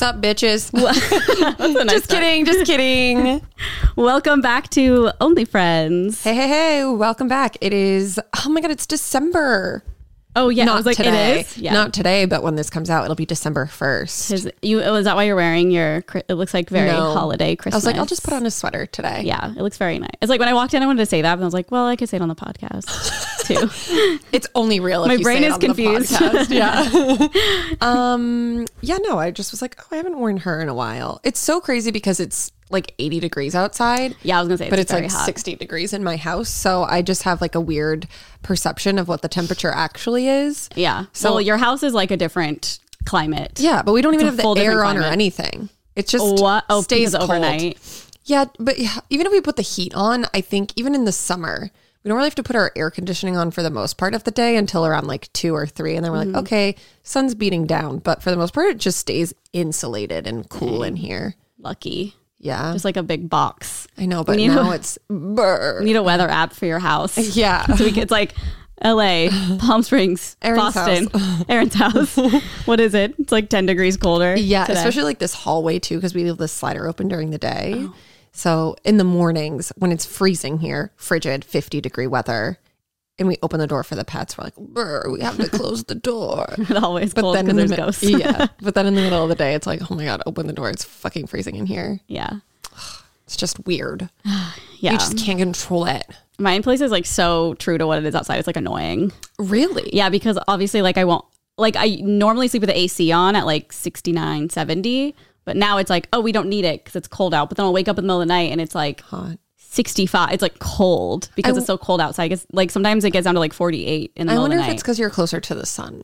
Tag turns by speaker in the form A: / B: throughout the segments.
A: up, bitches?
B: That's a nice
A: just kidding. Just kidding.
B: Welcome back to Only Friends.
A: Hey, hey, hey. Welcome back. It is, oh my God, it's December.
B: Oh yeah,
A: Not
B: I was like,
A: today.
B: it is. Yeah.
A: Not today, but when this comes out, it'll be December 1st.
B: 'Cause you oh, is that why you're wearing your? cri- It looks like very
A: No.
B: holiday
A: I
B: Christmas.
A: was like, I'll just put on a sweater today.
B: Yeah, it looks very nice. It's like when I walked in, I wanted to say that, but I was like, well, I could say it on the podcast too.
A: It's only real. If
B: My
A: you
B: brain
A: say it
B: is
A: on the
B: confused.
A: podcast. yeah. um. Yeah. No. I just was like, oh, I haven't worn her in a while. It's so crazy because it's like 80 degrees outside.
B: Yeah, I was gonna say,
A: but
B: it's
A: it's
B: very
A: like
B: hot.
A: 60 degrees in my house, so I just have like a weird perception of what the temperature actually is.
B: yeah. So
A: So-
B: your house is like a different climate.
A: Yeah, but we don't even
B: It's
A: have
B: a
A: the
B: full different
A: air on or
B: climate.
A: anything. It's just
B: What? Oh,
A: stays
B: stays
A: cold.
B: overnight.
A: Yeah, but yeah, even if we put the heat on, I think even in the summer, we don't really have to put our air conditioning on for the most part of the day until around like two or three. And then we're
B: Mm-hmm.
A: like, okay, sun's beating down. But for the most part, it just stays insulated and cool in here.
B: Lucky,
A: Yeah.
B: just like a big box.
A: I know, but
B: you know-
A: now it's brr.
B: Need a weather app for your house.
A: Yeah.
B: so we could, it's like L.A., Palm Springs,
A: Aaron's
B: Boston, Aaron's house. what is it? It's like ten degrees colder.
A: Yeah,
B: today.
A: especially like this hallway too, because we leave the slider open during the day.
B: Oh.
A: So in the mornings when it's freezing here, frigid, fifty degree weather, and we open the door for the pets, we're like, "Brr, we have to close the door.
B: it always cold
A: then
B: because
A: in the
B: there's
A: mi-
B: ghosts.
A: yeah, but then in the middle of the day, it's like, oh my god, open the door, it's fucking freezing in here.
B: yeah,
A: It's just weird.
B: yeah.
A: You just can't control it.
B: My place is like so true to what it is outside. It's like annoying.
A: Really?
B: Yeah, because obviously, like, I won't, like, I normally sleep with the AC on at like 69, 70, but now it's like, oh, we don't need it because it's cold out. But then I'll wake up in the middle of the night and it's like
A: Hot.
B: 65. It's like cold because it's so cold outside. I guess, like, sometimes it gets down to like 48 in the
A: I
B: middle of
A: wonder
B: the
A: if
B: night.
A: it's because you're closer to the sun.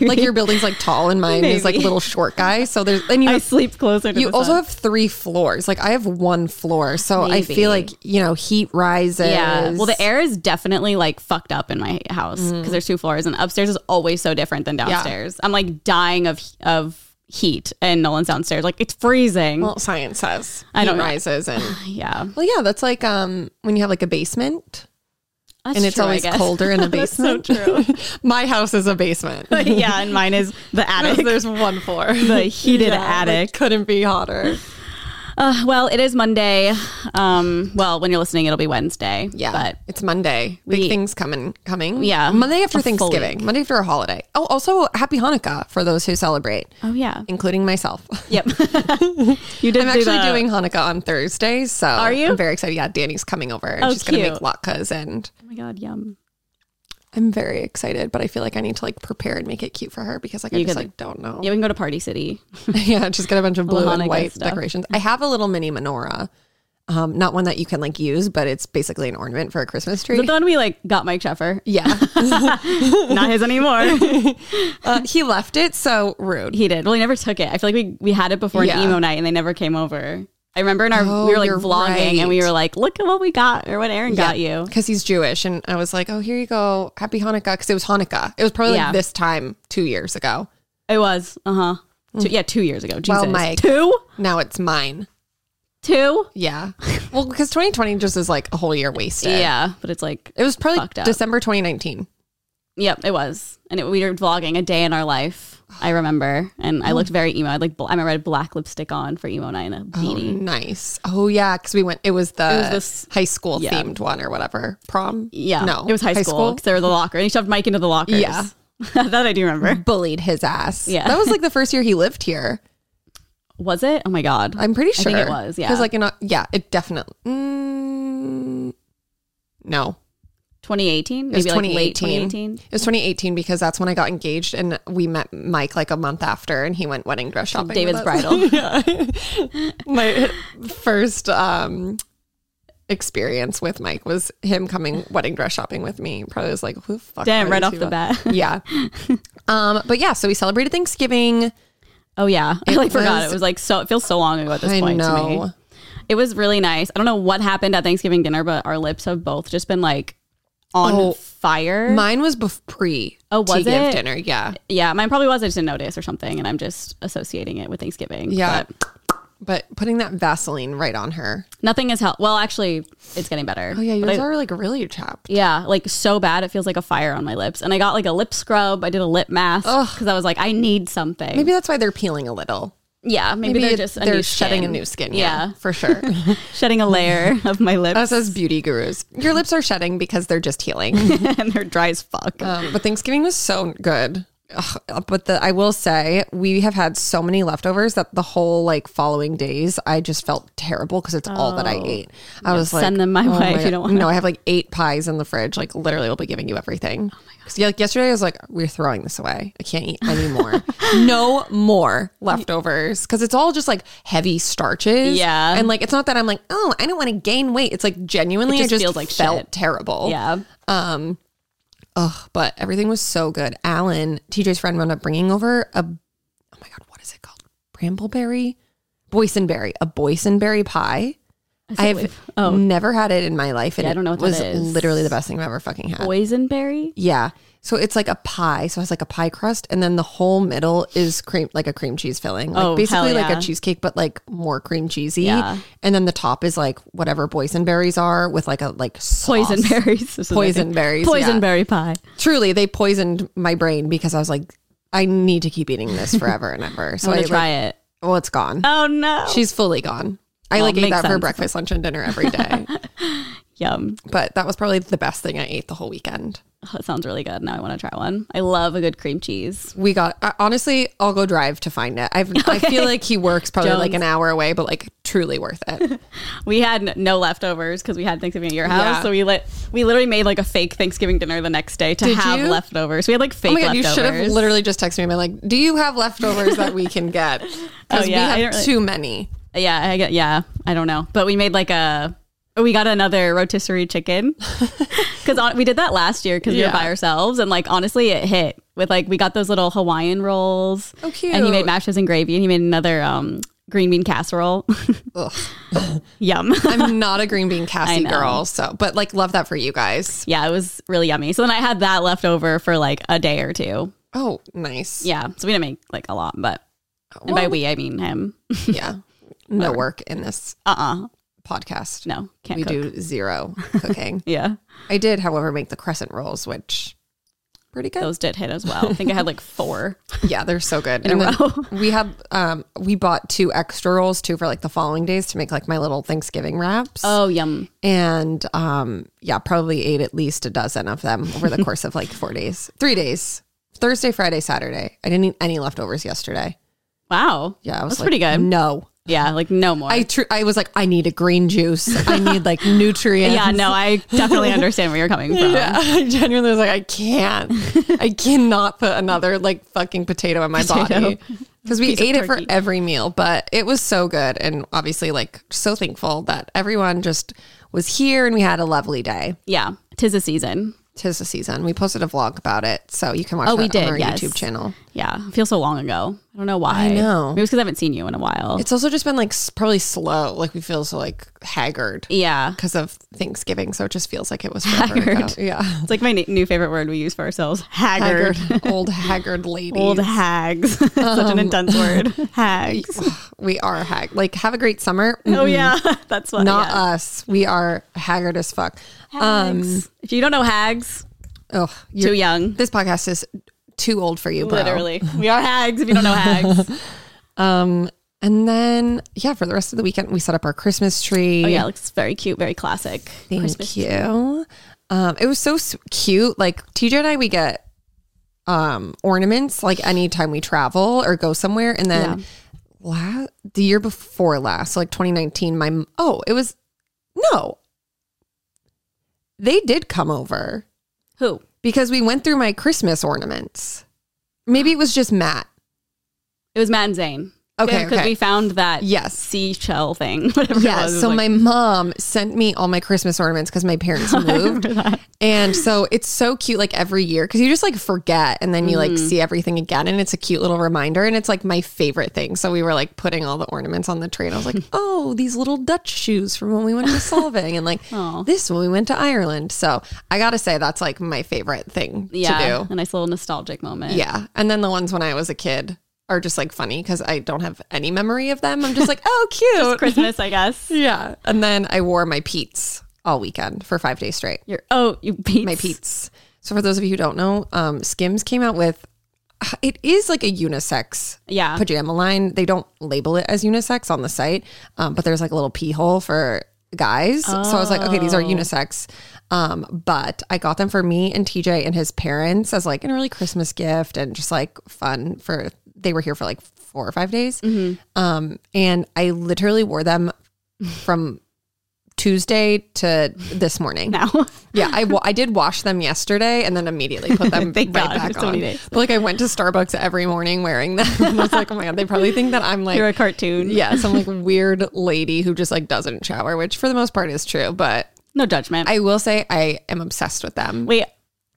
A: like your building's like tall, and mine is like
B: Maybe.
A: little short guy. So there's and you
B: I
A: have
B: sleep closer to
A: You
B: the
A: also
B: sun.
A: have three floors. Like I have one floor, so I
B: Maybe.
A: feel like you know heat rises.
B: Yeah. Well, the air is definitely like fucked up in my house because there's two floors, and upstairs is always so different than downstairs. I'm like dying of of heat, and Nolan's downstairs like it's freezing.
A: Well, science says
B: I don't
A: heat
B: know.
A: rises and
B: yeah,
A: well, yeah, that's like um when you have like a basement
B: That's
A: and it's
B: true, I
A: always
B: guess.
A: colder in a
B: That's so
A: basement. My house is a basement.
B: yeah, and mine is the attic,
A: There's one floor,
B: the heated attic.
A: couldn't be hotter.
B: Uh, well, it is Monday. Um, well, when you're listening, it'll be Wednesday.
A: Yeah,
B: but
A: it's Monday.
B: we-
A: Big things coming, coming.
B: Yeah,
A: Monday after
B: a full
A: Thanksgiving, Monday after a holiday. Oh, also happy Hanukkah for those who celebrate,
B: oh yeah,
A: including myself.
B: yep. you did.
A: I'm
B: do
A: actually
B: the-
A: doing Hanukkah on Thursday, so
B: Are you?
A: I'm very excited. Yeah, Danny's coming over and
B: Oh,
A: she's gonna make
B: cute.
A: latkes, and
B: Oh my god, yum.
A: I'm very excited. But I feel like I need to like prepare and make it cute for her because like I
B: You
A: just
B: could-
A: like don't know.
B: Yeah, we can go to Party City.
A: yeah, just get a bunch of blue
B: Hanukkah
A: and white
B: stuff.
A: decorations. I have a little mini menorah, um, not one that you can like use, but it's basically an ornament for a Christmas
B: Is
A: tree.
B: it the one we like got Mike Sheffer?
A: yeah,
B: Not his anymore.
A: uh, he left it, so rude.
B: He did. Well, he never took it. I feel like we we had it before
A: Yeah. Oh,
B: an emo night, and they never came over. I remember in our we were like
A: you're
B: vlogging, and we
A: right.
B: were like, "Look at what we got, or what Aaron got you."
A: because he's Jewish, and I was like, oh, here you go, happy Hanukkah, because it was Hanukkah. It was probably
B: Yeah.
A: like this time two years ago.
B: It was, uh huh, yeah, two years ago. Jesus,
A: Mm. Well, Mike.
B: two,
A: Now it's mine.
B: two,
A: Yeah. Well, because 2020 just is like a whole year wasted.
B: yeah. But it's like,
A: It was probably
B: Fucked up.
A: December 2019.
B: yep, it was, and it, we were vlogging a day in our life. I remember, and
A: Oh.
B: I looked very emo. I had like, bl- I remember I had black lipstick on for emo night and a
A: Oh.
B: beanie.
A: Nice. Oh, yeah. Because we went, it was the
B: It was this-
A: high school
B: yeah.
A: themed one or whatever. Prom?
B: Yeah,
A: No.
B: it was high, school because there was a locker, and he shoved Mike into the lockers.
A: Yeah. Mm.
B: that I do remember.
A: Bullied his ass.
B: Yeah.
A: That was like the first year he lived here.
B: Was it? Oh my god,
A: I'm pretty sure.
B: think it was, yeah.
A: Because, like, you know, yeah, it definitely. Mm, no.
B: 2018,
A: was
B: maybe like late
A: 2018.
B: 2018.
A: It was 2018 because that's when I got engaged and we met Mike like a month after and he went wedding dress shopping. with
B: David's
A: us.
B: bridal.
A: yeah. My first um experience with Mike was him coming wedding dress shopping with me. Probably was like, who the fuck?
B: Damn,
A: are
B: right
A: these people?
B: off the bat.
A: Yeah. Um, but yeah, so we celebrated Thanksgiving.
B: Oh yeah, I like forgot
A: was-
B: it was like so. It feels so long ago at this
A: I
B: point to me.
A: know.
B: It was really nice. I don't know what happened at Thanksgiving dinner, but our lips have both just been like on
A: Oh,
B: fire.
A: Mine was bef- pre
B: Oh, was
A: tea gift
B: it?
A: dinner. Yeah.
B: yeah, mine probably was. I just didn't notice or something, and I'm just associating it with Thanksgiving.
A: Yeah.
B: But
A: But putting that Vaseline right on her.
B: nothing is hel- well. Actually, it's getting better.
A: Oh yeah,
B: But
A: yours
B: I-
A: are like really chapped.
B: yeah, like so bad. It feels like a fire on my lips, and I got like a lip scrub. I did a lip mask because I was like, I need something.
A: Maybe that's why they're peeling a little.
B: Yeah, maybe,
A: Maybe
B: they're just a
A: they're
B: new
A: shedding a
B: skin.
A: new skin.
B: Yeah.
A: yeah for sure.
B: shedding a layer of my lips,
A: Us as beauty gurus, your lips are shedding because they're just healing.
B: and they're dry as fuck.
A: Um, but Thanksgiving was so good. Ugh, but the I will say we have had so many leftovers that the whole like following days I just felt terrible because it's all that I ate. I was like, oh
B: Oh. send them my way if you
A: God.
B: don't want
A: No, I have like eight pies in the fridge. Like literally, we'll be giving you everything.
B: Oh
A: Because like yesterday, I was like, we're throwing this away. I can't eat anymore. no more leftovers because it's all just like heavy starches.
B: Yeah.
A: and like it's not that I'm like, oh, I don't want to gain weight. It's like genuinely,
B: just
A: I just
B: feels like
A: felt
B: shit.
A: terrible.
B: yeah,
A: Ugh, but everything was so good. Alan, TJ's friend, wound up bringing over a, oh my God, what is it called? Brambleberry? Boysenberry. A boysenberry pie. I've never had it in my life. And
B: Oh. Yeah, I don't know what
A: it was
B: that is.
A: literally the best thing I've ever fucking had.
B: boysenberry.
A: Yeah. So it's like a pie. So it has like a pie crust, and then the whole middle is cream, like a cream cheese filling, like
B: Oh,
A: basically
B: hell
A: like
B: yeah.
A: a cheesecake, but like more cream cheesy.
B: Yeah.
A: And then the top is like whatever boysenberries are with like a like sauce.
B: Poison berries. This is
A: Poison berries,
B: Poison
A: yeah.
B: berry pie.
A: truly they poisoned my brain because I was like, I need to keep eating this forever and ever. So
B: I'm
A: I, like,
B: gonna try it.
A: well, it's gone.
B: Oh no.
A: She's fully gone. I like ate
B: makes
A: that for
B: sense.
A: breakfast, lunch, and dinner every day.
B: Yum.
A: but that was probably the best thing I ate the whole weekend.
B: Oh, that sounds really good. Now I want to try one. I love a good cream cheese.
A: We got I, honestly, I'll go drive to find it. I've, I feel like he works probably like an
B: Jones.
A: hour away, but like truly worth it.
B: We had n- no leftovers because we had Thanksgiving at your house,
A: Yeah.
B: so we lit. We literally made like a fake Thanksgiving dinner the next day to have
A: you?
B: leftovers. We had like fake
A: Oh my god, you
B: leftovers.
A: should have literally just texted me and been like, "Do you have leftovers that we can get?" Because
B: Oh,
A: we
B: yeah, I
A: have
B: didn't really-
A: too many.
B: Yeah, I get, yeah. I don't know, but we made like a. We got another rotisserie chicken because we did that last year because we were
A: Yeah.
B: by ourselves and like honestly it hit with like we got those little Hawaiian rolls.
A: Oh,
B: And he made
A: cute.
B: mashed potatoes and gravy and he made another um, green bean casserole.
A: Ugh.
B: Yum.
A: I'm not a green bean Cassie
B: know.
A: girl, so but like love that for you guys.
B: yeah, it was really yummy. So then I had that left over for like a day or two.
A: Oh, nice.
B: Yeah, so we didn't make like a lot, but and by
A: Well,
B: we I mean him.
A: yeah. No work in this
B: Uh uh
A: podcast.
B: no, can't
A: we
B: cook.
A: do zero cooking.
B: Yeah,
A: I did, however, make the crescent rolls, which pretty good.
B: those did hit as well. I think I had like four.
A: yeah, they're so good.
B: In a
A: And then
B: row.
A: we had um we bought two extra rolls too for like the following days to make like my little Thanksgiving wraps.
B: Oh, yum.
A: And um yeah, probably ate at least a dozen of them over the course of like four days. Three days. Thursday, Friday, Saturday. I didn't eat any leftovers yesterday.
B: Wow.
A: Yeah, I was
B: that's
A: like,
B: pretty good.
A: No.
B: Yeah, like no more.
A: I tr- I was like, I need a green juice. I need like nutrients.
B: yeah, no, I definitely understand where you're coming from.
A: Yeah, I genuinely was like, I can't. I cannot put another like fucking potato in my body because we
B: Piece of
A: ate it for
B: turkey.
A: every meal. But it was so good, and obviously, like, so thankful that everyone just was here and we had a lovely day.
B: Yeah, tis a season.
A: Tis the season. We posted a vlog about it, so you can watch.
B: Oh,
A: that
B: we did,
A: on our
B: yes.
A: YouTube channel.
B: Yeah, I feel so long ago. I don't know why.
A: I know.
B: Maybe it's because I haven't seen you in a while.
A: It's also just been like s- probably slow. Like we feel so like haggard
B: yeah.
A: because of Thanksgiving, so it just feels like it was forever ago.
B: Haggard.
A: Yeah.
B: It's like my n- new favorite word we use for ourselves. Haggard.
A: haggard Um, old haggard ladies.
B: Old hags. Such an intense word. Hags.
A: we are hag. Like, have a great summer.
B: Oh yeah, that's what.
A: Mm-hmm. Not uh,
B: yeah.
A: us. We are haggard as fuck. Um,
B: Hags. if you don't know hags,
A: Oh,
B: too young.
A: This podcast is too old for you, bro.
B: Literally, we are hags. If you don't know hags, Oh,
A: And then, yeah, for the rest of the weekend, we set up our Christmas tree.
B: oh yeah, looks very cute, very classic.
A: Thank
B: Christmas.
A: you. Um, it was so s- cute. Like TJ and I, we get um ornaments like anytime we travel or go somewhere. And then la- the year before last, so like 2019, my m- oh, it was no, they did come over
B: Who?
A: because we went through my Christmas ornaments. Maybe it was just Matt.
B: It was Matt and Zane.
A: Okay,
B: because
A: okay.
B: we found that
A: Yes.
B: seashell thing. Whatever. it
A: Yeah.
B: was. It was
A: So
B: like-
A: my mom sent me all my Christmas ornaments because my parents moved. And so it's so cute, like every year, because you just like forget and then you like
B: Mm.
A: see everything again. And it's a cute little reminder. And it's like my favorite thing. So we were like putting all the ornaments on the tree. And I was like, oh, these little Dutch shoes from when we went to Solving and like
B: Aw.
A: this when we went to Ireland. So I got to say, that's like my favorite thing to
B: yeah,
A: do.
B: a nice little nostalgic moment.
A: Yeah. And then the ones when I was a kid are just like funny because I don't have any memory of them. I'm just like, oh, cute.
B: Christmas, I guess.
A: Yeah. And then I wore my Pete's all weekend for five days straight.
B: Your oh, you beats.
A: My Pete's. So for those of you who don't know, um, Skims came out with it is like a unisex
B: Yeah.
A: pajama line. They don't label it as unisex on the site, um, but there's like a little pee hole for guys. So I was like, okay, these are unisex. Um, but I got them for me and TJ and his parents as like an early Christmas gift and just like fun for they were here for like four or five days. Um, and I literally wore them from Tuesday to this morning.
B: now.
A: Yeah, I, wa- I did wash them yesterday and then immediately put them right
B: Thank God,
A: back
B: it's so
A: on.
B: many days.
A: But like I went to Starbucks every morning wearing them. I was like, oh my god, they probably think that I'm like
B: You're a cartoon.
A: yeah, some like weird lady who just like doesn't shower, which for the most part is true. But
B: No judgment.
A: I will say I am obsessed with them.
B: Wait,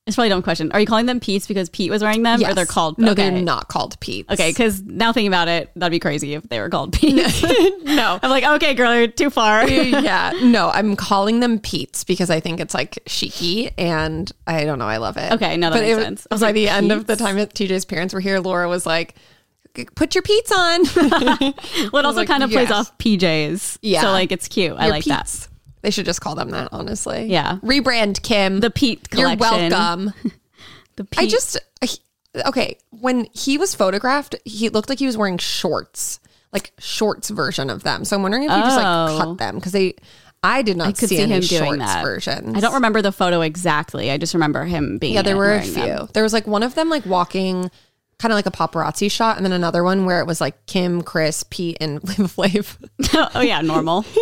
B: it's probably a dumb question. Are you calling them Pete's because Pete was wearing them, or
A: Yes.
B: they're called?
A: no,
B: okay.
A: they're not called Pete's.
B: Okay, because now thinking about it, that'd be crazy if they were called Pete's. no, I'm like, okay, girl, you're too far.
A: yeah, no, I'm calling them Pete's because I think it's like chicy, and I don't know, I love it.
B: Okay, no, that
A: but
B: makes
A: it,
B: sense. I
A: By
B: was like,
A: the end of the time that TJ's parents were here, Laura was like, "Put your Pete's on."
B: well, it also
A: like,
B: kind of plays
A: yes.
B: off PJs.
A: Yeah.
B: so like it's cute. I
A: Your
B: like that.
A: Pete's. They should just call them that, honestly.
B: Yeah.
A: Rebrand Kim.
B: The Pete
A: You're
B: collection.
A: welcome.
B: The Pete.
A: I just I- okay. When he was photographed, he looked like he was wearing shorts, like shorts version of them. So I'm wondering if he just like
B: Oh.
A: cut them because they. I did not
B: could
A: see,
B: see
A: any
B: him doing
A: shorts
B: that.
A: versions.
B: I don't remember the photo exactly. I just remember him being.
A: Yeah, there
B: in it,
A: were a
B: wearing
A: few.
B: them.
A: There was like one of them like walking, kind of like a paparazzi shot, and then another one where it was like Kim, Chris, Pete, and Liv Flav.
B: oh yeah, normal.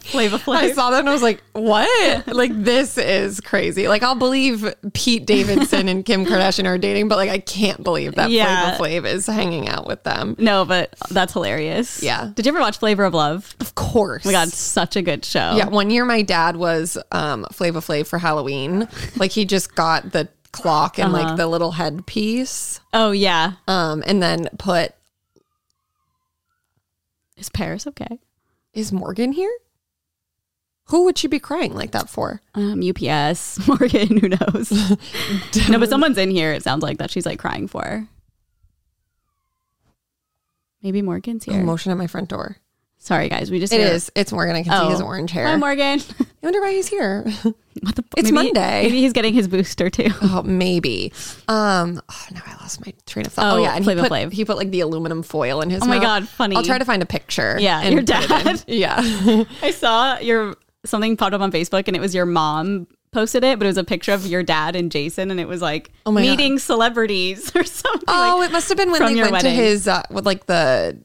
B: Flavor
A: I
B: Flav.
A: saw that and I was like, what? Like, this is crazy. Like, I'll believe Pete Davidson and Kim Kardashian are dating, but like, I can't believe that
B: Yeah.
A: Flavor Flav is hanging out with them.
B: No, but that's hilarious.
A: Yeah.
B: Did you ever watch Flavor of Love?
A: Of course.
B: Oh my God, such a good show.
A: Yeah. One year, my dad was um, Flavor Flav for Halloween. Like, he just got the clock and
B: Uh-huh.
A: like the little headpiece
B: Oh yeah.
A: um, and then put,
B: Is Paris okay?
A: is Morgan here? Who would she be crying like that for?
B: Um, UPS, Morgan, who knows? no, but someone's in here, it sounds like that she's like crying for. Maybe Morgan's here.
A: Emotion at my front door.
B: Sorry, guys. We just
A: It
B: hear-
A: is. It's Morgan. I can see his orange hair.
B: Oh. Hi, Morgan.
A: I wonder why he's here.
B: what the?
A: It's
B: maybe-
A: Monday.
B: Maybe he's getting his booster too.
A: Oh, maybe. Um, oh, now I lost my train of thought. Oh,
B: Oh,
A: yeah, and he
B: Flavor
A: put,
B: Flav.
A: he put like the aluminum foil in his.
B: Oh my
A: mouth.
B: God, funny.
A: I'll try to find a picture.
B: Yeah,
A: and
B: your
A: put it in.
B: dad.
A: Yeah,
B: I saw your something popped up on Facebook, and it was your mom posted it, but it was a picture of your dad and Jason, and it was like
A: Oh my God.
B: meeting celebrities or something.
A: Oh,
B: like-
A: it must have been when
B: from
A: they
B: your
A: went
B: wedding.
A: to his uh, with like the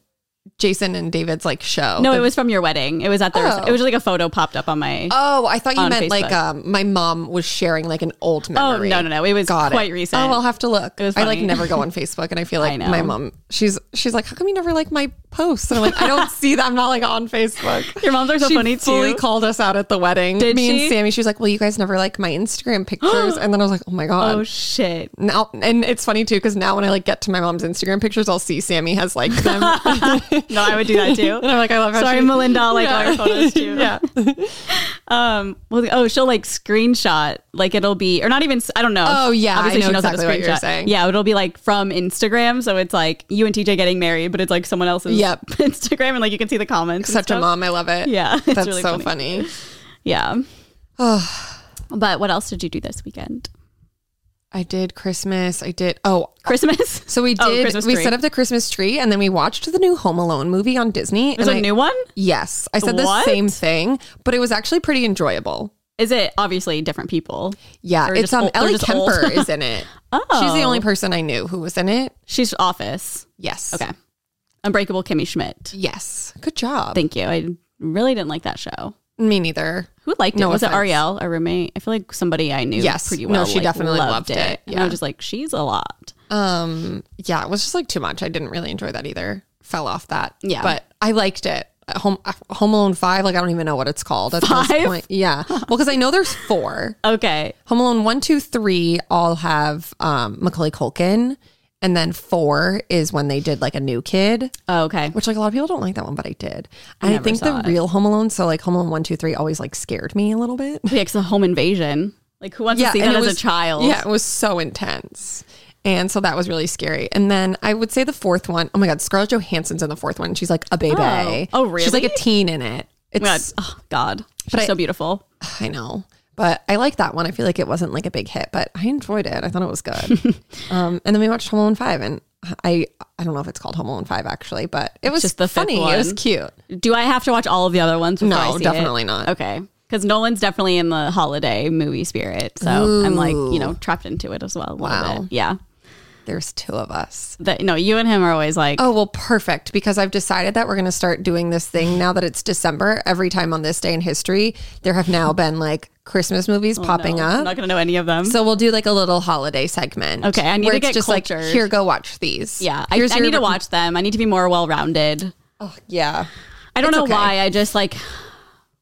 A: Jason and David's like show.
B: no,
A: The-
B: it was from your wedding. It was at their.
A: Oh.
B: It was like a photo popped up on my.
A: Oh, I thought you
B: on
A: meant like
B: Facebook.
A: um, my mom was sharing like an old
B: Oh
A: memory.
B: no no no! It was
A: Got
B: quite
A: it.
B: recent.
A: Oh, I'll have to look.
B: was
A: I like
B: funny.
A: never go on Facebook, and I feel like
B: I know.
A: my mom. She's she's like, how come you never like my posts? And I'm like, I don't see that. I'm not like on Facebook.
B: Your moms are so
A: she
B: funny
A: fully
B: too.
A: called us out at the wedding.
B: Did
A: Me and
B: she?
A: Sammy. She was like, "Well, you guys never like my Instagram pictures," and then I was like, "Oh my god."
B: oh shit!
A: now and it's funny too because now when I like get to my mom's Instagram pictures, I'll see Sammy has liked them, and
B: No, I would do that too.
A: I'm like, "I love how
B: Sorry,
A: she-
B: Melinda, I'll like all your photos too.
A: yeah,
B: Um. Well, oh, she'll like screenshot. Like it'll be, or not even. I don't know.
A: Oh, yeah,
B: Obviously,
A: I know
B: she knows
A: exactly
B: how
A: what
B: to
A: you're
B: screenshot.
A: saying.
B: Yeah, it'll be like from Instagram. So it's like you and TJ getting married, but it's like someone else's
A: Yep.
B: Instagram, and like you can see the comments. and
A: such a
B: stuff.
A: mom. I love it.
B: Yeah, it's
A: that's
B: really
A: so
B: funny.
A: funny.
B: Yeah. but what else did you do this weekend?
A: I did Christmas. I did. Oh,
B: Christmas.
A: so we
B: Oh,
A: did.
B: Christmas
A: we
B: tree.
A: set up the Christmas tree, and then we watched the new Home Alone movie on Disney.
B: There's
A: and
B: a
A: I-
B: new one.
A: Yes, I said the
B: What?
A: same thing, but it was actually pretty enjoyable.
B: Is it obviously different people?
A: Yeah,
B: Or
A: it's
B: just
A: um
B: ol- or
A: Ellie
B: just old. Oh.
A: Kemper is in it. She's the only person I knew who was in it.
B: She's Office.
A: Yes.
B: Okay. Unbreakable Kimmy Schmidt.
A: Yes. Good job.
B: Thank you. I really didn't like that show.
A: Me neither.
B: Who liked
A: No
B: it? Was
A: offense.
B: it Ariel, a roommate? I feel like somebody I knew
A: Yes.
B: pretty
A: No,
B: well.
A: she
B: like,
A: definitely loved it.
B: And I was just like, she's a lot.
A: Um. Yeah, it was just like too much. I didn't really enjoy that either. Fell off that.
B: Yeah.
A: But I liked it. Uh, Home Home Alone Five. Like I don't even know what it's called at this
B: Five?
A: point. Yeah. Well, because I know there's four.
B: Okay.
A: Home Alone one, two, three all have um Macaulay Culkin, and then four is when they did like a new kid.
B: Oh, okay.
A: which like a lot of people don't like that one, but I did. And I,
B: never
A: think the
B: saw it.
A: real Home Alone, so like Home Alone one, two, three, always like scared me a little bit.
B: Yeah, it's a home invasion. Like, who wants to see
A: and
B: that
A: it
B: as
A: was-
B: a child?
A: Yeah, it was so intense. And so that was really scary. And then I would say the fourth one, oh my god, Scarlett Johansson's in the fourth one. She's like a baby.
B: Oh. Oh,
A: She's like a
B: really? Oh
A: teen in it. It's
B: God. Oh, God. She's
A: I-
B: so beautiful.
A: I know. But I like that one. I feel like it wasn't like a big hit, but I enjoyed it. I thought it was good. um, and then we watched Home Alone Five, and I I don't know if it's called Home Alone Five actually, but it was
B: just the fifth
A: funny. It was
B: one.
A: cute.
B: Do I have to watch all of the other ones? before
A: No,
B: I see it?
A: definitely not.
B: Okay, because Nolan's definitely in the holiday movie spirit, so I'm like you know trapped into it as well. A little
A: Wow.
B: bit. yeah.
A: There's two of us.
B: That no, you and him are always like
A: Oh, well, perfect. Because I've decided that we're going to start doing this thing now that it's December. Every time on this day in history, there have now been like Christmas movies popping
B: Oh, no, I'm
A: up.
B: not gonna know any of them.
A: so we'll do like a little holiday segment.
B: Okay, I need
A: where
B: to
A: it's
B: get
A: just
B: cultured.
A: like here, go watch these.
B: yeah, I,
A: Here's
B: I
A: your-
B: need to watch them. I need to be more well rounded.
A: Oh, yeah,
B: I don't
A: It's
B: know
A: okay.
B: why. I just like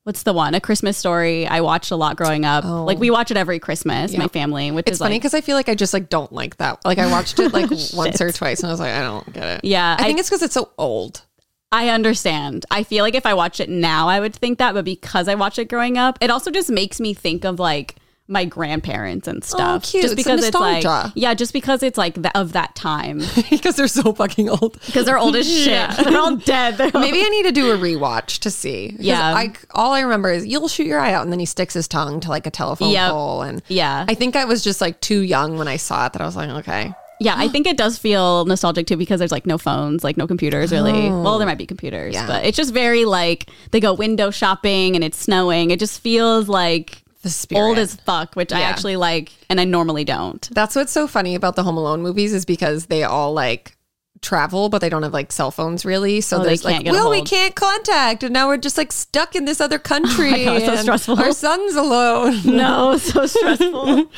B: what's the one? A Christmas Story. I watched a lot growing up. Like we watch it every Christmas, my family, which
A: Oh. it's
B: is
A: funny
B: like Oh,
A: because I feel like I just like don't like that. Like I watched it like once or twice, and I was like, I don't get it.
B: Yeah,
A: I,
B: I-
A: think it's because it's so old.
B: I understand. I feel like if I watch it now, I would think that, but because I watched it growing up, it also just makes me think of like my grandparents and stuff.
A: Oh, cute. It's
B: Just
A: a
B: because it's, like
A: nostalgia.
B: yeah, just because it's like th- of that time
A: because they're so fucking old.
B: because they're old as shit. They're all dead. They're all-
A: Maybe I need to do a rewatch to see. 'Cause
B: Yeah.
A: I, all I remember is you'll shoot your eye out, and then he sticks his tongue to like a telephone
B: Yep.
A: pole, and
B: yeah,
A: I think I was just like too young when I saw it that I was like, okay.
B: yeah. I think it does feel nostalgic too because there's like no phones, like no computers really. Well, there might be computers,
A: Oh. Yeah.
B: but it's just very like they go window shopping and it's snowing. It just feels like
A: The spirit.
B: old as fuck, which I
A: Yeah.
B: actually like, and I normally don't.
A: That's what's so funny about the Home Alone movies is because they all like travel, but they don't have like cell phones really. So
B: Oh, they
A: there's
B: can't
A: like,
B: get a
A: well, we
B: hold." Oh
A: can't contact, and now we're just like stuck in this other country.
B: God, so
A: and
B: stressful.
A: Our son's alone.
B: No, so stressful.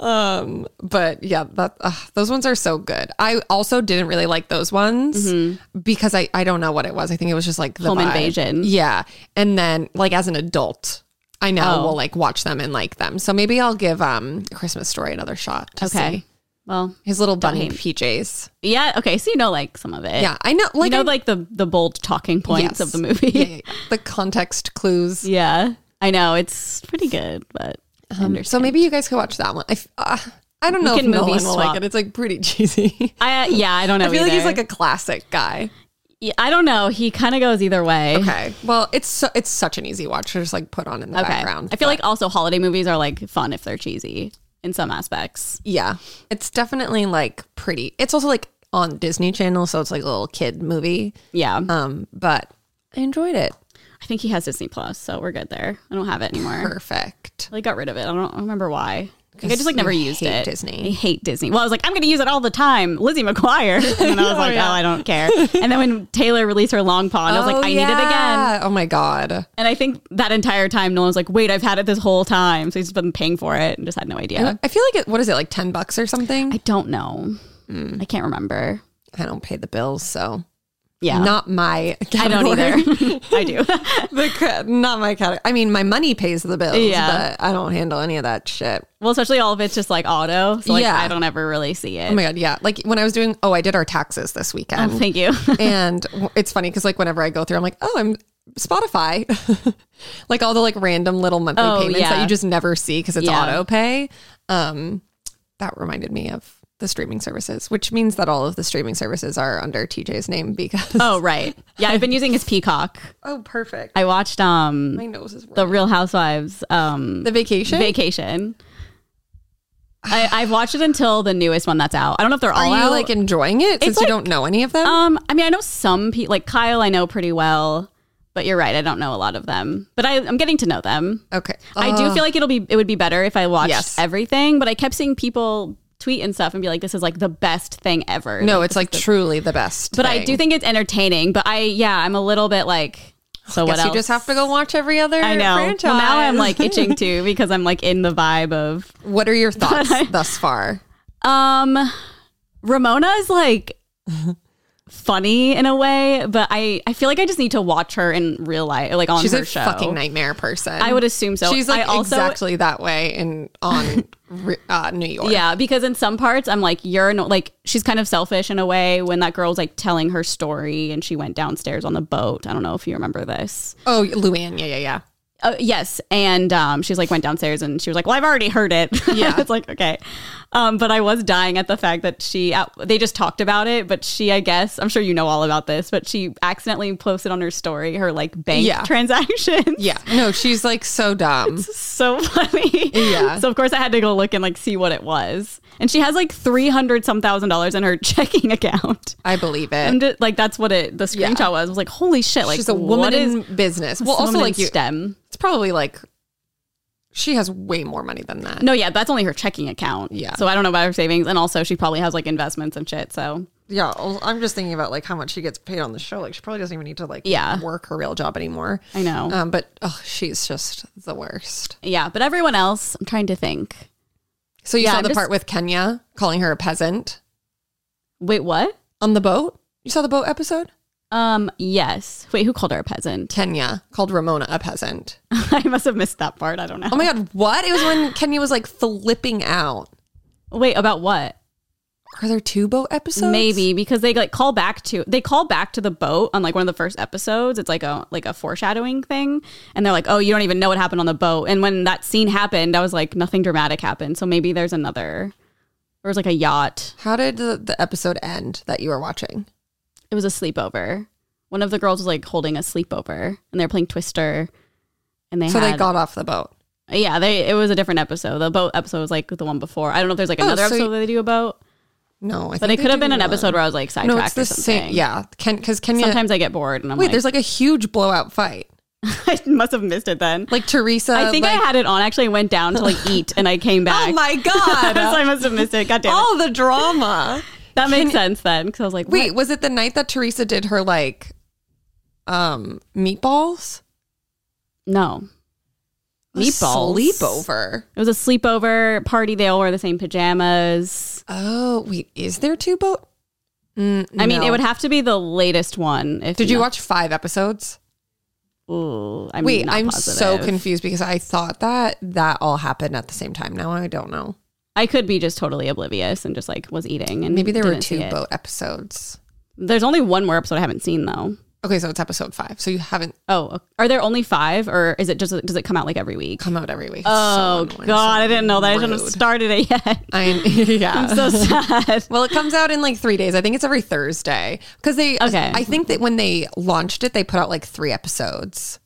A: Um, but yeah, that uh, those ones are so good. I also didn't really like those ones because I I don't know what it was. I think it was just like the
B: Mm-hmm. Home
A: vibe.
B: invasion.
A: Yeah, and then like as an adult, I now
B: Oh.
A: will like watch them and like them. So maybe I'll give um Christmas Story another shot. to
B: okay.
A: see.
B: Well,
A: his little bunny
B: hate me.
A: PJs.
B: yeah. Okay. So you know, like some of it.
A: Yeah, I know.
B: you
A: Like
B: know,
A: I-
B: like the the bold talking points
A: Yes.
B: of the movie.
A: yeah, yeah, yeah. the context clues.
B: Yeah. I know it's pretty good, but I
A: Um, so
B: understand.
A: maybe you guys could watch that one. I, f- uh, I don't know if
B: can movie
A: Nolan will
B: swap.
A: like it. It's like pretty cheesy.
B: I yeah, I don't know.
A: I feel like he's
B: either.
A: like a classic guy.
B: Yeah, I don't know. He kind of goes either way.
A: Okay. Well, it's so, it's such an easy watch to just like put on in the
B: Okay.
A: background.
B: I feel like also holiday movies are like fun if they're cheesy in some aspects.
A: yeah, it's definitely like pretty. It's also like on Disney Channel, so it's like a little kid movie.
B: Yeah.
A: Um, but I enjoyed it.
B: I think he has Disney Plus, so we're good there. I don't have it anymore.
A: Perfect.
B: I got rid of it. I don't remember why. Like, I just like
A: you
B: never used
A: hate
B: it.
A: Disney.
B: I hate Disney. Well, I was like, I'm going to use it all the time. Lizzie McGuire. And then I was like, oh, I don't care. And then when Taylor released her long paw, and I was like, I need it again.
A: Oh my god,
B: And I think that entire time, Nolan was like, wait, I've had it this whole time. So he's been paying for it and just had no idea.
A: I feel like it. What is it like ten bucks or something?
B: I
A: I,
B: don't know.
A: Mm.
B: I can't remember.
A: don't pay the bills, so
B: Yeah.
A: not my.
B: I don't either. I do.
A: the ca- not my category. I mean, my money pays the bills.
B: Yeah.
A: but I don't handle any of that shit.
B: well, especially all of it's just like auto. So like,
A: Yeah.
B: I don't ever really see it.
A: Oh my god, yeah. Like when I was doing. Oh, I did our taxes this weekend.
B: Thank you.
A: and w- it's funny because like whenever I go through, I'm like, oh, I'm Spotify, like all the like random little monthly
B: Oh,
A: payments
B: yeah.
A: that you just never see because it's
B: Yeah.
A: auto pay. Um, that reminded me of the streaming services, which means that all of the streaming services are under TJ's name because
B: oh, right. Yeah. I've been using his Peacock.
A: oh, perfect.
B: I watched um
A: My nose is
B: the
A: the,
B: Real Housewives um,
A: the vacation.
B: vacation. I, I've watched it until the newest one that's out. I don't know if they're
A: are
B: all
A: you
B: out.
A: like enjoying it since
B: like-
A: you don't know any of them?
B: um, I mean, I know some people, like Kyle, I know pretty well, but you're right, I don't know a lot of them. But I, I'm getting to know them.
A: okay, Oh.
B: I do feel like it'll be it would be better if I watched
A: Yes.
B: everything. But I kept seeing people tweet and stuff and be like, "This is like the best thing ever."
A: no, it's like truly the best.
B: but I do think it's entertaining. But I, yeah, I'm a little bit like, so what
A: Guess
B: else?
A: you just have to go watch every other.
B: I know.
A: Franchise.
B: Well, now I'm like itching too because I'm like in the vibe of
A: what are your thoughts thus far?
B: Um, Ramona is like funny in a way, but I I feel like I just need to watch her in real life, like on
A: She's
B: her
A: a
B: show.
A: fucking nightmare person.
B: I would assume so.
A: She's like
B: I also,
A: exactly that way in on re- uh, New York.
B: Yeah, because in some parts I'm like you're no, like she's kind of selfish in a way when that girl's like telling her story and she went downstairs on the boat. I don't know if you remember this.
A: Oh, Luann. Yeah, yeah, yeah.
B: Oh, Uh, yes, and um, she's like went downstairs and she was like, "Well, I've already heard it."
A: Yeah.
B: it's like okay, Um, but I was dying at the fact that she, uh, they just talked about it, but she, I guess, I'm sure you know all about this, but she accidentally posted on her story her like bank
A: Yeah.
B: transactions.
A: Yeah. No, she's like so dumb.
B: so funny.
A: Yeah.
B: So of course I had to go look and like see what it was. And she has like 300 some thousand dollars in her checking account.
A: I believe it.
B: And it- like that's what it the
A: Yeah.
B: screenshot was. I was like, holy shit, like
A: she's a
B: what
A: woman
B: is
A: in business. Well,
B: this
A: also
B: woman in
A: like you,
B: STEM.
A: it's probably like she has way more money than that.
B: No, yeah, that's only her checking account.
A: Yeah.
B: So I don't know about her savings. And also she probably has like investments and shit. So
A: Yeah, I'll- I'm just thinking about like how much she gets paid on the show. Like she probably doesn't even need to like
B: Yeah.
A: work her real job anymore.
B: I know.
A: Um, but oh, she's just the worst.
B: yeah, but everyone else, I'm trying to think.
A: So you
B: Yeah,
A: saw
B: I'm
A: the
B: just-
A: part with Kenya calling her a peasant
B: Wait, what?
A: on the boat. You saw the boat episode.
B: Um, yes. Wait, who called her a peasant?
A: Kenya called Ramona a peasant.
B: I must have missed that part. I don't know.
A: Oh my god, what? It was when Kenya was like flipping out.
B: Wait, about what?
A: Are there two boat episodes?
B: Maybe because they like call back to they call back to the boat on like one of the first episodes. It's like a like a foreshadowing thing, and they're like, "Oh, you don't even know what happened on the boat." And when that scene happened, I was like, "Nothing dramatic happened." So maybe there's another. There was like a yacht.
A: How did the, the episode end that you were watching?
B: It was a sleepover. One of the girls was like holding a sleepover, and they're playing Twister. And they
A: so
B: had,
A: they got off the boat.
B: yeah they it was a different episode. The boat episode was like the one before. I don't know if there's like
A: Oh,
B: another
A: so
B: episode
A: you-
B: that they do a boat,
A: No, I
B: but it
A: think
B: could
A: they
B: have been
A: do
B: an
A: one.
B: episode where I was like sidetracked
A: No, it's the
B: or something.
A: same. Yeah, Ken because Kenya.
B: Sometimes I get bored and I'm
A: wait,
B: like,
A: there's like a huge blowout fight.
B: I must have missed it then.
A: Like Teresa.
B: I think
A: Uh, like-
B: I had it on. Actually, I went down to like eat, and I came back.
A: Oh my
B: So I
A: god!
B: must have missed it. God damn it.
A: All the drama.
B: that makes sense then, because I was like,
A: Wait,
B: wait,
A: was it the night that Teresa did her like um meatballs?
B: no,
A: A
B: meatballs.
A: sleepover.
B: It was a sleepover party. They all wear the same pajamas.
A: Oh wait, is there two boat? Mm,
B: I mean,
A: no.
B: it would have to be the latest one. If
A: Did you watch five episodes?
B: Ooh, I'm
A: Wait,
B: not
A: I'm so
B: positive.
A: confused because I thought that that all happened at the same time. Now I don't know.
B: I could be just totally oblivious and just like was eating, and
A: Maybe there were
B: didn't see
A: two
B: it.
A: boat episodes.
B: There's only one more episode I haven't seen though.
A: Okay, so it's episode five. So you haven't
B: Oh, are there only five, or is it just does it come out like every week?
A: come out every week. It's so
B: Oh
A: annoying,
B: God,
A: so
B: I didn't know that. I shouldn't have
A: rude.
B: started it yet.
A: I'm yeah.
B: I'm so sad.
A: Well, it comes out in like three days. I think it's every Thursday because they.
B: Okay.
A: I think that when they launched it, they put out like three episodes,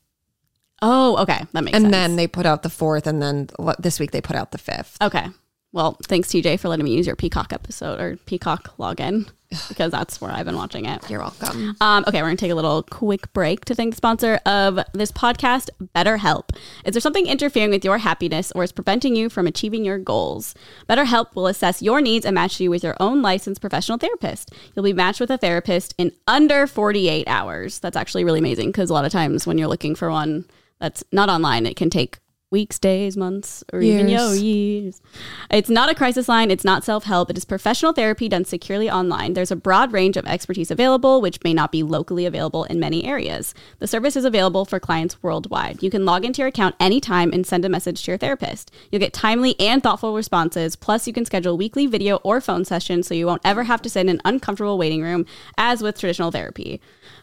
B: Oh, okay, that makes
A: and
B: sense.
A: then they put out the fourth, and then l- this week they put out the fifth.
B: okay, well, thanks TJ for letting me use your Peacock episode or Peacock login because that's where I've been watching it.
A: You're welcome.
B: Um, okay, we're going to take a little quick break to thank the sponsor of this podcast, BetterHelp. Is there something interfering with your happiness or is preventing you from achieving your goals? BetterHelp will assess your needs and match you with your own licensed professional therapist. You'll be matched with a therapist in under 48 hours. That's actually really amazing because a lot of times when you're looking for one that's not online, it can take weeks, days, months, or even yo
A: Years.
B: years. It's not a crisis line. It's not self help. It is professional therapy done securely online. There's a broad range of expertise available, which may not be locally available in many areas. The service is available for clients worldwide. You can log into your account anytime and send a message to your therapist. You'll get timely and thoughtful responses. Plus, you can schedule weekly video or phone sessions so you won't ever have to sit in an uncomfortable waiting room as with traditional therapy.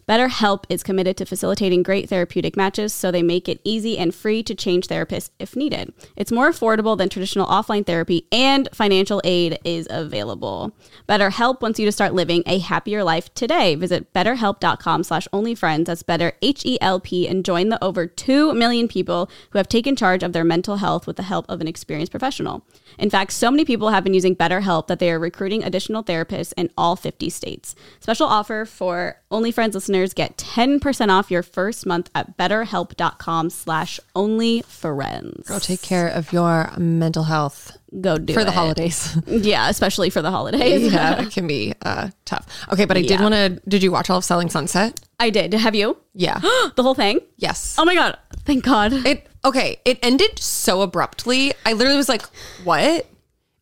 B: BetterHelp is committed to facilitating great therapeutic matches so they make it easy and free to change therapists if needed. It's more affordable than traditional offline therapy and financial aid is available. BetterHelp wants you to start living a happier life today. Visit betterhelp.com slash onlyfriends, that's better H-E-L-P, and join the over 2 million people who have taken charge of their mental health with the help of an experienced professional. In fact, so many people have been using BetterHelp that they are recruiting additional therapists in all 50 states. Special offer for OnlyFriends listeners: get 10% off your first month at BetterHelp.com/onlyfriends. slash onlyfriends.
A: Go take care of your mental health
B: Go do
A: for the
B: it.
A: holidays.
B: Yeah, especially for the holidays.
A: yeah, it can be uh, tough. Okay, but I did
B: Yeah.
A: want to. Did you watch all of Selling Sunset?
B: I did. Have you?
A: Yeah.
B: The whole thing?
A: yes.
B: Oh my god! Thank God.
A: It okay. It ended so abruptly. I literally was like, "What?"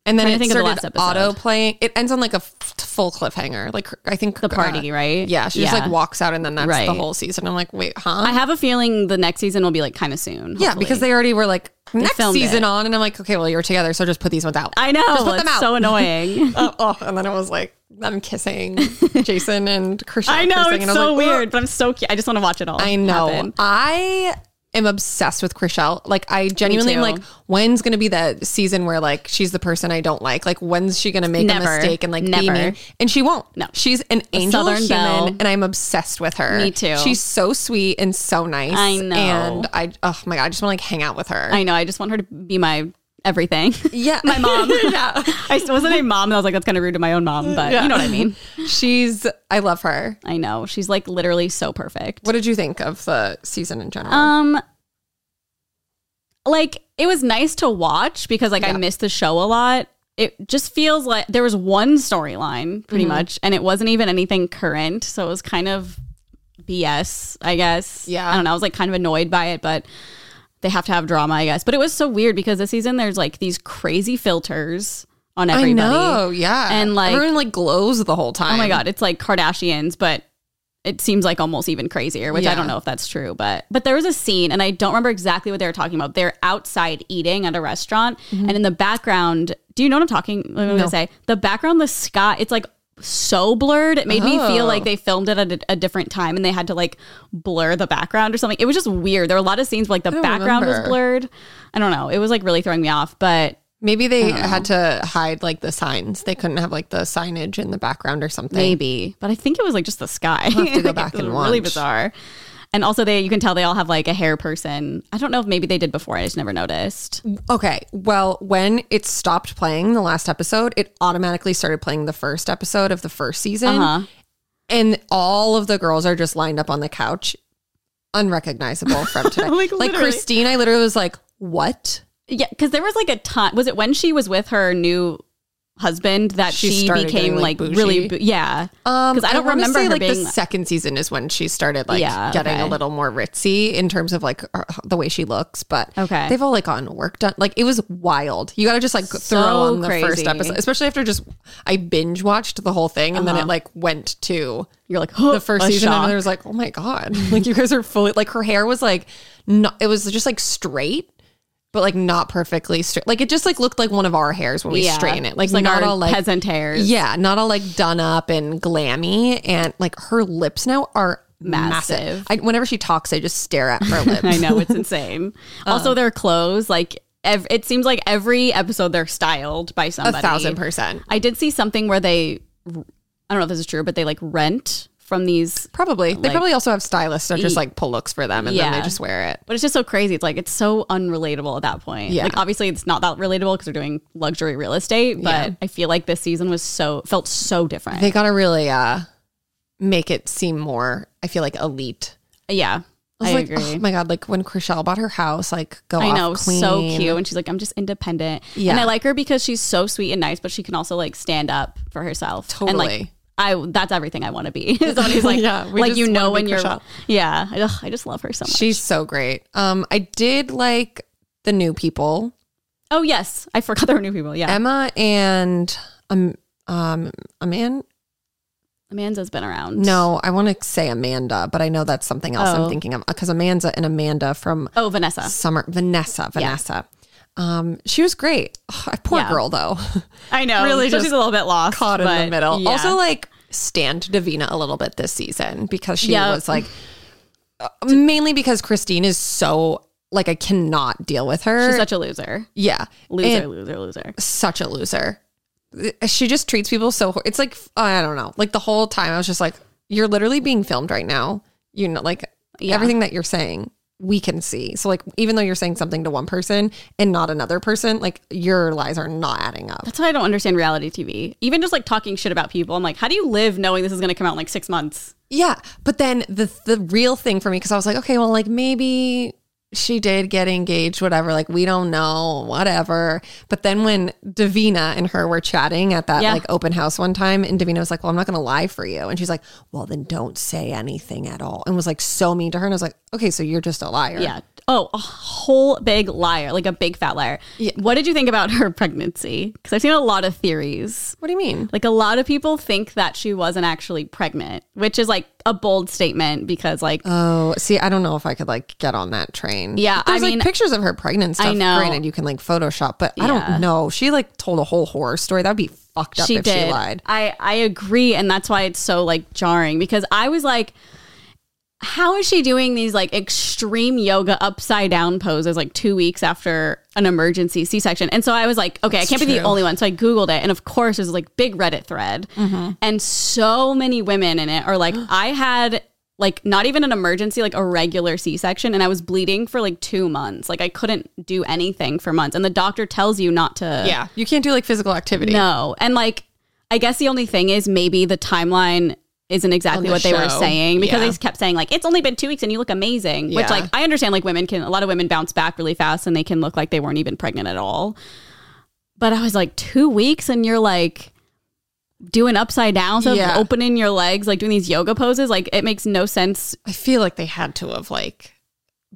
A: And then
B: Trying to
A: it
B: think of the
A: started
B: last episode.
A: auto playing. It ends on like a f- full cliffhanger. Like I think the
B: party, right?
A: Yeah, she just
B: Yeah.
A: like walks out, and then that's
B: Right.
A: the whole season. I'm like, wait, huh?
B: I have a feeling the next season will be like kind of soon.
A: yeah,
B: hopefully.
A: because they already were like next
B: filmed
A: season
B: it.
A: on, and I'm like, okay, well, you're together, so just put these ones out.
B: I know
A: just put
B: it's
A: them out.
B: so annoying.
A: Uh, oh, and then I was like, I'm kissing Jason and Christian.
B: I know
A: kissing,
B: it's
A: and I was
B: so
A: like, "Ugh."
B: weird, but I'm so cute. I just want to watch it all.
A: I know.
B: happen.
A: I am obsessed with Chriselle. Like I genuinely am
B: too.
A: like, when's gonna be that season where like she's the person I don't like? Like when's she gonna make
B: Never.
A: a mistake and like be
B: Never.
A: mean? And she won't.
B: No.
A: She's an angel
B: Southern
A: human
B: belle.
A: and I'm obsessed with her.
B: Me too.
A: She's so sweet and so nice.
B: I know.
A: And I oh my god, I just wanna like hang out with her.
B: I know. I just want her to be my everything.
A: yeah. My
B: mom.
A: yeah.
B: I s- wasn't a mom, and I was like, that's kind of rude to my own mom, but you know what I mean.
A: She's I love her.
B: I know. She's like literally so perfect.
A: What did you think of the season in general?
B: Um, like it was nice to watch because like I missed the show a lot. It just feels like there was one storyline pretty
A: Mm-hmm.
B: much, and it wasn't even anything current, so it was kind of BS, I guess.
A: Yeah.
B: I don't know. I was like kind of annoyed by it, but they have to have drama, I guess. But it was so weird because this season there's like these crazy filters on everybody.
A: I know, yeah.
B: And, like-
A: everyone like glows the whole time.
B: Oh my god, it's like Kardashians, but it seems like almost even crazier, which
A: Yeah.
B: I don't know if that's true, but but there was a scene and I don't remember exactly what they were talking about. They're outside eating at a restaurant and in the background, do you know what I'm talking what I'm
A: Mm-hmm. No.
B: gonna say? The background, the sky, it's like so blurred. It made me feel
A: Oh.
B: like they filmed it at a, a different time and they had to like blur the background or something. It was just weird. There were a lot of scenes where like the
A: don't
B: background was
A: remember.
B: blurred. I don't know. It was like really throwing me off, but
A: Maybe they had to hide like the signs. They couldn't have like the signage in the background or something.
B: Maybe, but I think it was like just the sky.
A: I'll have to go
B: Like,
A: back
B: it was
A: and
B: Really
A: watch.
B: bizarre. And also, they you can tell they all have like a hair person. I don't know if maybe they did before. I just never noticed.
A: Okay. Well, when it stopped playing the last episode, it automatically started playing the first episode of the first season.
B: Uh-huh.
A: And all of the girls are just lined up on the couch, unrecognizable from today.
B: Like, literally.
A: Christine, I literally was like, what?
B: Yeah, because there was like a ton. Was it when she was with her new husband that
A: She
B: she,
A: started
B: became
A: getting, like,
B: like,
A: bougie.
B: really? bu- yeah,
A: Um,
B: because I don't
A: wanna
B: remember
A: say,
B: her
A: like
B: being.
A: the second season is when she started like
B: Yeah,
A: getting a
B: okay.
A: little more ritzy in terms of like her- the way she looks, but
B: Okay.
A: they've all like gotten work done. Like it was wild. You got to just like throw on the first
B: crazy.
A: episode, especially after just I binge watched the whole thing and then it like went to
B: you're like oh,
A: the first season
B: Uh-huh. Shock.
A: and I was like, oh my god, like you guys are fully like her hair was like not it was just like straight. But like not perfectly straight, like it just like looked like one of our hairs when we
B: Yeah.
A: straighten it, like,
B: Just, like
A: not
B: our
A: all like
B: peasant hairs.
A: yeah, not all like done up and glammy, and like her lips now are massive.
B: Massive.
A: I, whenever she talks, I just stare at her lips.
B: I know it's insane.
A: Um.
B: also, their clothes, like ev- it seems like every episode they're styled by
A: A
B: somebody.
A: thousand percent,
B: I did see something where they, I don't know if this is true, but they like rent from these.
A: probably. they
B: Like- e-
A: probably also have stylists that just like pull looks for them, and then
B: Yeah.
A: they just wear it.
B: But it's just so crazy. It's like it's so unrelatable at that point.
A: Yeah.
B: Like obviously it's not that relatable because they're doing luxury real estate, but I feel like this season was so felt so different.
A: They gotta really uh make it seem more. I feel like elite.
B: yeah.
A: I was
B: I,
A: like,
B: agree.
A: oh my god, like when Chriselle bought her house, like go
B: I
A: off
B: know,
A: queen.
B: so cute. And she's like, I'm just independent.
A: Yeah.
B: And I like her because she's so sweet and nice, but she can also like stand up for herself. And like
A: Totally.
B: I that's everything I want to be. Somebody who's like,
A: Yeah, we
B: like
A: just
B: you
A: wanna
B: know
A: be
B: when you're
A: Chriselle.
B: Yeah. Ugh, I just love her so much.
A: She's so great. Um, I did like the new people,
B: oh yes. I forgot there were new people. Yeah.
A: Emma and um um a man
B: Amanda's been around.
A: No, I want to say Amanda, but I know that's something else I'm
B: Oh.
A: thinking of because Amanda and Amanda from
B: Oh, Vanessa.
A: Summer Vanessa, Vanessa. Um, she was great. Ugh, poor
B: Yeah.
A: girl though,
B: I know.
A: Really
B: Really,
A: just
B: she's a little bit lost.
A: caught in the
B: but
A: middle.
B: yeah.
A: Also, like stand Davina a little bit this season because she
B: Yeah.
A: was like uh, mainly because Christine is so like I cannot deal with her.
B: she's such a loser.
A: yeah,
B: Loser,
A: And-
B: loser, loser.
A: such a loser. She just treats people so. hor- It's like I don't know. Like the whole time, I was just like, "You're literally being filmed right now. You know, like
B: Yeah.
A: everything that you're saying, we can see. So like, even though you're saying something to one person and not another person, like your lies are not adding up.
B: That's why I don't understand reality TV. Even just like talking shit about people. I'm like, how do you live knowing this is going to come out in like six months?
A: Yeah, but then the the real thing for me because I was like, okay, well, like maybe she did get engaged, whatever. Like we don't know, whatever. But then when Davina and her were chatting at that
B: Yeah.
A: like open house one time, and Davina was like, "Well, I'm not gonna lie for you," and she's like, "Well, then don't say anything at all," and was like so mean to her, and I was like, "Okay, so you're just a liar."
B: Yeah. Oh, a whole big liar, like a big fat liar. What did you think about her pregnancy? Because I've seen a lot of theories.
A: What do you mean?
B: Like a lot of people think that she wasn't actually pregnant, which is like a bold statement because like
A: Oh, see, I don't know if I could like get on that train.
B: Yeah,
A: there's
B: I
A: like
B: mean-
A: pictures of her pregnant stuff.
B: I know.
A: Granted, you can like Photoshop, but I
B: Yeah.
A: don't know. She like told a whole horror story. That'd be fucked up if she lied.
B: I I agree, and that's why it's so like jarring because I was like, how is she doing these like extreme yoga upside down poses like two weeks after an emergency C section? And so I was like, okay, I can't be the
A: true.
B: only one. So I Googled it. And of course, there's like big Reddit thread.
A: Mm-hmm.
B: And so many women in it are like, I had like not even an emergency, like a regular C section. And I was bleeding for like two months. Like I couldn't do anything for months. And the doctor tells you not to.
A: Yeah. You can't do like physical activity.
B: No. And like, I guess the only thing is maybe the timeline isn't exactly
A: the
B: what they were
A: show.
B: saying because
A: Yeah.
B: they kept saying like it's only been 2 weeks and you look amazing, which
A: Yeah.
B: like I understand like women can a lot of women bounce back really fast and they can look like they weren't even pregnant at all. But I was like 2 weeks and you're like doing upside down so
A: Yeah.
B: opening your legs like doing these yoga poses like it makes no sense.
A: I feel like they had to have like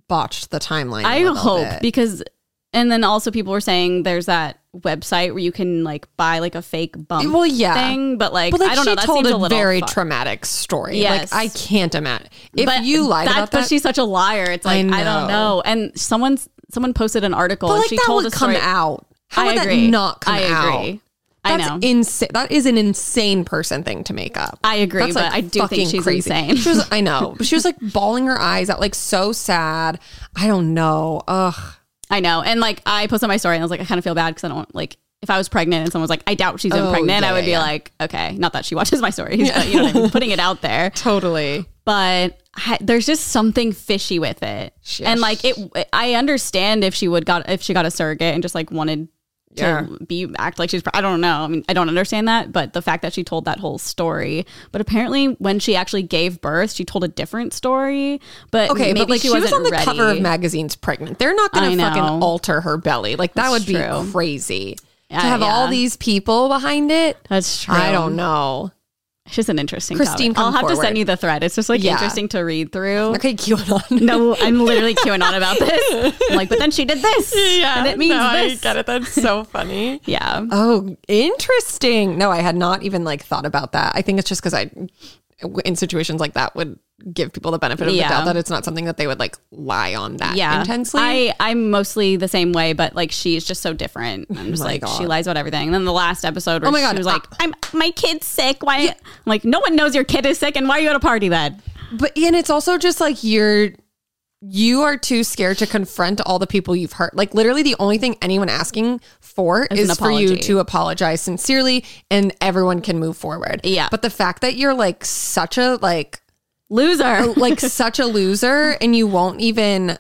A: botched the timeline. I
B: I hope
A: Bit.
B: because and then also people were saying there's that website where you can like buy like a fake bump
A: Well, yeah.
B: thing but like,
A: But like
B: I don't
A: she
B: know that
A: told
B: seems
A: a,
B: a little
A: very
B: fu-
A: traumatic story.
B: Yes.
A: Like I can't imagine if
B: But
A: you lied
B: that's
A: about
B: because
A: that.
B: she's such a liar. It's
A: I
B: like I, don't
A: know.
B: know. And someone's someone posted an article
A: but
B: and
A: like
B: she
A: that
B: told
A: would
B: a
A: come
B: story.
A: out. How
B: I
A: would
B: agree.
A: that not come
B: I agree.
A: out?
B: I
A: That's
B: know.
A: insane. That is an insane person thing to make up.
B: I agree,
A: That's,
B: but
A: like,
B: I do
A: fucking
B: think she's
A: crazy.
B: insane.
A: She was, I know, but she was like bawling her eyes out, like so sad. I don't know. Ugh.
B: I know. And like I posted my story and I was like, I kind of feel bad because I don't like if I was pregnant and someone was like, I doubt she's been
A: Oh,
B: pregnant,
A: yeah,
B: I would
A: yeah,
B: be
A: yeah.
B: like, okay, not that she watches my stories, but you know, what I mean? putting it out there.
A: Totally.
B: but I, there's just something fishy with it.
A: Shish.
B: And like it, I understand if she would got if she got a surrogate and just like wanted to
A: Yeah.
B: be act like she's. I don't know. I mean, I don't understand that. But the fact that she told that whole story, but apparently when she actually gave birth, she told a different story. But
A: Okay,
B: maybe
A: but like she,
B: she,
A: was
B: wasn't
A: on the
B: ready.
A: cover of magazines pregnant. They're not going
B: I
A: to
B: know.
A: fucking alter her belly. Like that would
B: true.
A: be crazy
B: Yeah,
A: to have all
B: yeah.
A: these people behind it.
B: That's true.
A: I don't know.
B: It's just an interesting.
A: Christine,
B: topic. I'll
A: come
B: have to
A: forward.
B: send you the thread. It's just like
A: Yeah.
B: interesting to read through.
A: Okay, QAnon.
B: No, I'm literally queuing on about this. I'm like, but then she did this. and it means this.
A: it. That's so funny.
B: Yeah.
A: Oh, interesting. No, I had not even like thought about that. I think it's just because I, in situations like that, would give people the benefit of
B: Yeah.
A: the doubt that it's not something that they would like lie on that
B: yeah
A: intensely.
B: i i'm mostly the same way but like she's just so different i'm just like she lies about everything and then the last episode where
A: Oh my
B: she
A: God.
B: was like i'm my kid's sick why i'm like no one knows your kid is sick and why are you at a party then
A: but and it's also just like you're you are too scared to confront all the people you've hurt. Like literally the only thing anyone asking for
B: an
A: is, for you
B: apology.
A: to apologize sincerely and everyone can move forward.
B: Yeah.
A: But the fact that you're like such a like
B: loser
A: like such a loser and you won't even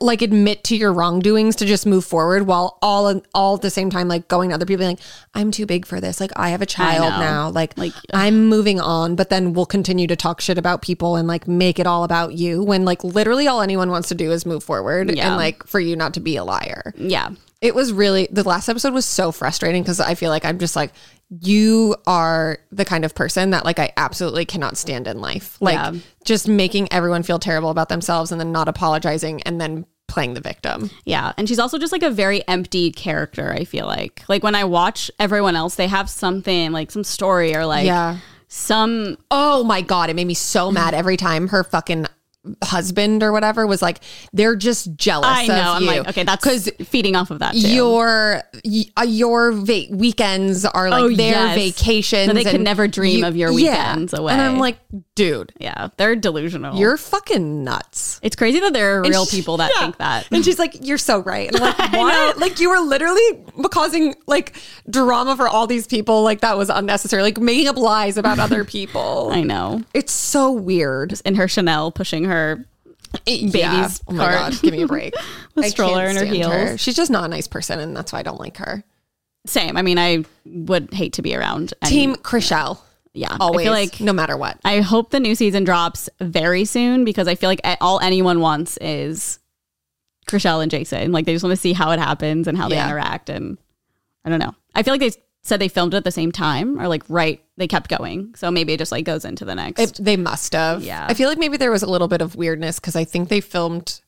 A: like admit to your wrongdoings to just move forward while all all at the same time like going to other people being like I'm too big for this like I have a child
B: know.
A: now like,
B: Like,
A: I'm moving on but then we'll continue to talk shit about people and like make it all about you when like literally all anyone wants to do is move forward
B: Yeah.
A: and like for you not to be a liar
B: yeah
A: it was really the last episode was so frustrating because I feel like I'm just like you are the kind of person that like I absolutely cannot stand in life. Like
B: Yeah.
A: just making everyone feel terrible about themselves and then not apologizing and then playing the victim.
B: yeah and she's also just like a very empty character i feel like like when i watch everyone else they have something like some story or like
A: Yeah.
B: some
A: Oh my god, it made me so mad every time her fucking husband or whatever was like they're just jealous
B: i know
A: of
B: i'm
A: you.
B: like okay that's
A: cuz
B: because feeding off of that too.
A: your y- uh, your va- weekends are like
B: Oh,
A: their
B: yes.
A: vacations.
B: That they can
A: and
B: never dream of your
A: yeah.
B: weekends
A: And
B: away.
A: I'm like, dude,
B: yeah they're delusional
A: you're fucking nuts.
B: it's crazy that there are real
A: she-
B: people that
A: yeah.
B: think that
A: And she's like, you're so right. And I'm like, what? Like you were literally causing like drama for all these people. Like that was unnecessary. Like making up lies about other people.
B: i know
A: It's so weird.
B: in her Chanel pushing her.
A: Baby's Oh my
B: cart.
A: God, give me a break.
B: The
A: I
B: stroller
A: can't
B: in her
A: stand her.
B: heels.
A: She's just not a nice person and that's why I don't like her.
B: Same. I mean, I would hate to be around. And,
A: Team Chriselle.
B: Yeah.
A: Always.
B: I feel like
A: no matter what.
B: I hope the new season drops very soon because I feel like all anyone wants is Chriselle and Jason. Like they just want to see how it happens and how they
A: Yeah.
B: interact. And I don't know. I feel like they said they filmed it at the same time or like right. They kept going. So maybe it just like goes into the next.
A: It, they must have.
B: Yeah.
A: I feel like maybe there was a little bit of weirdness because I think they filmed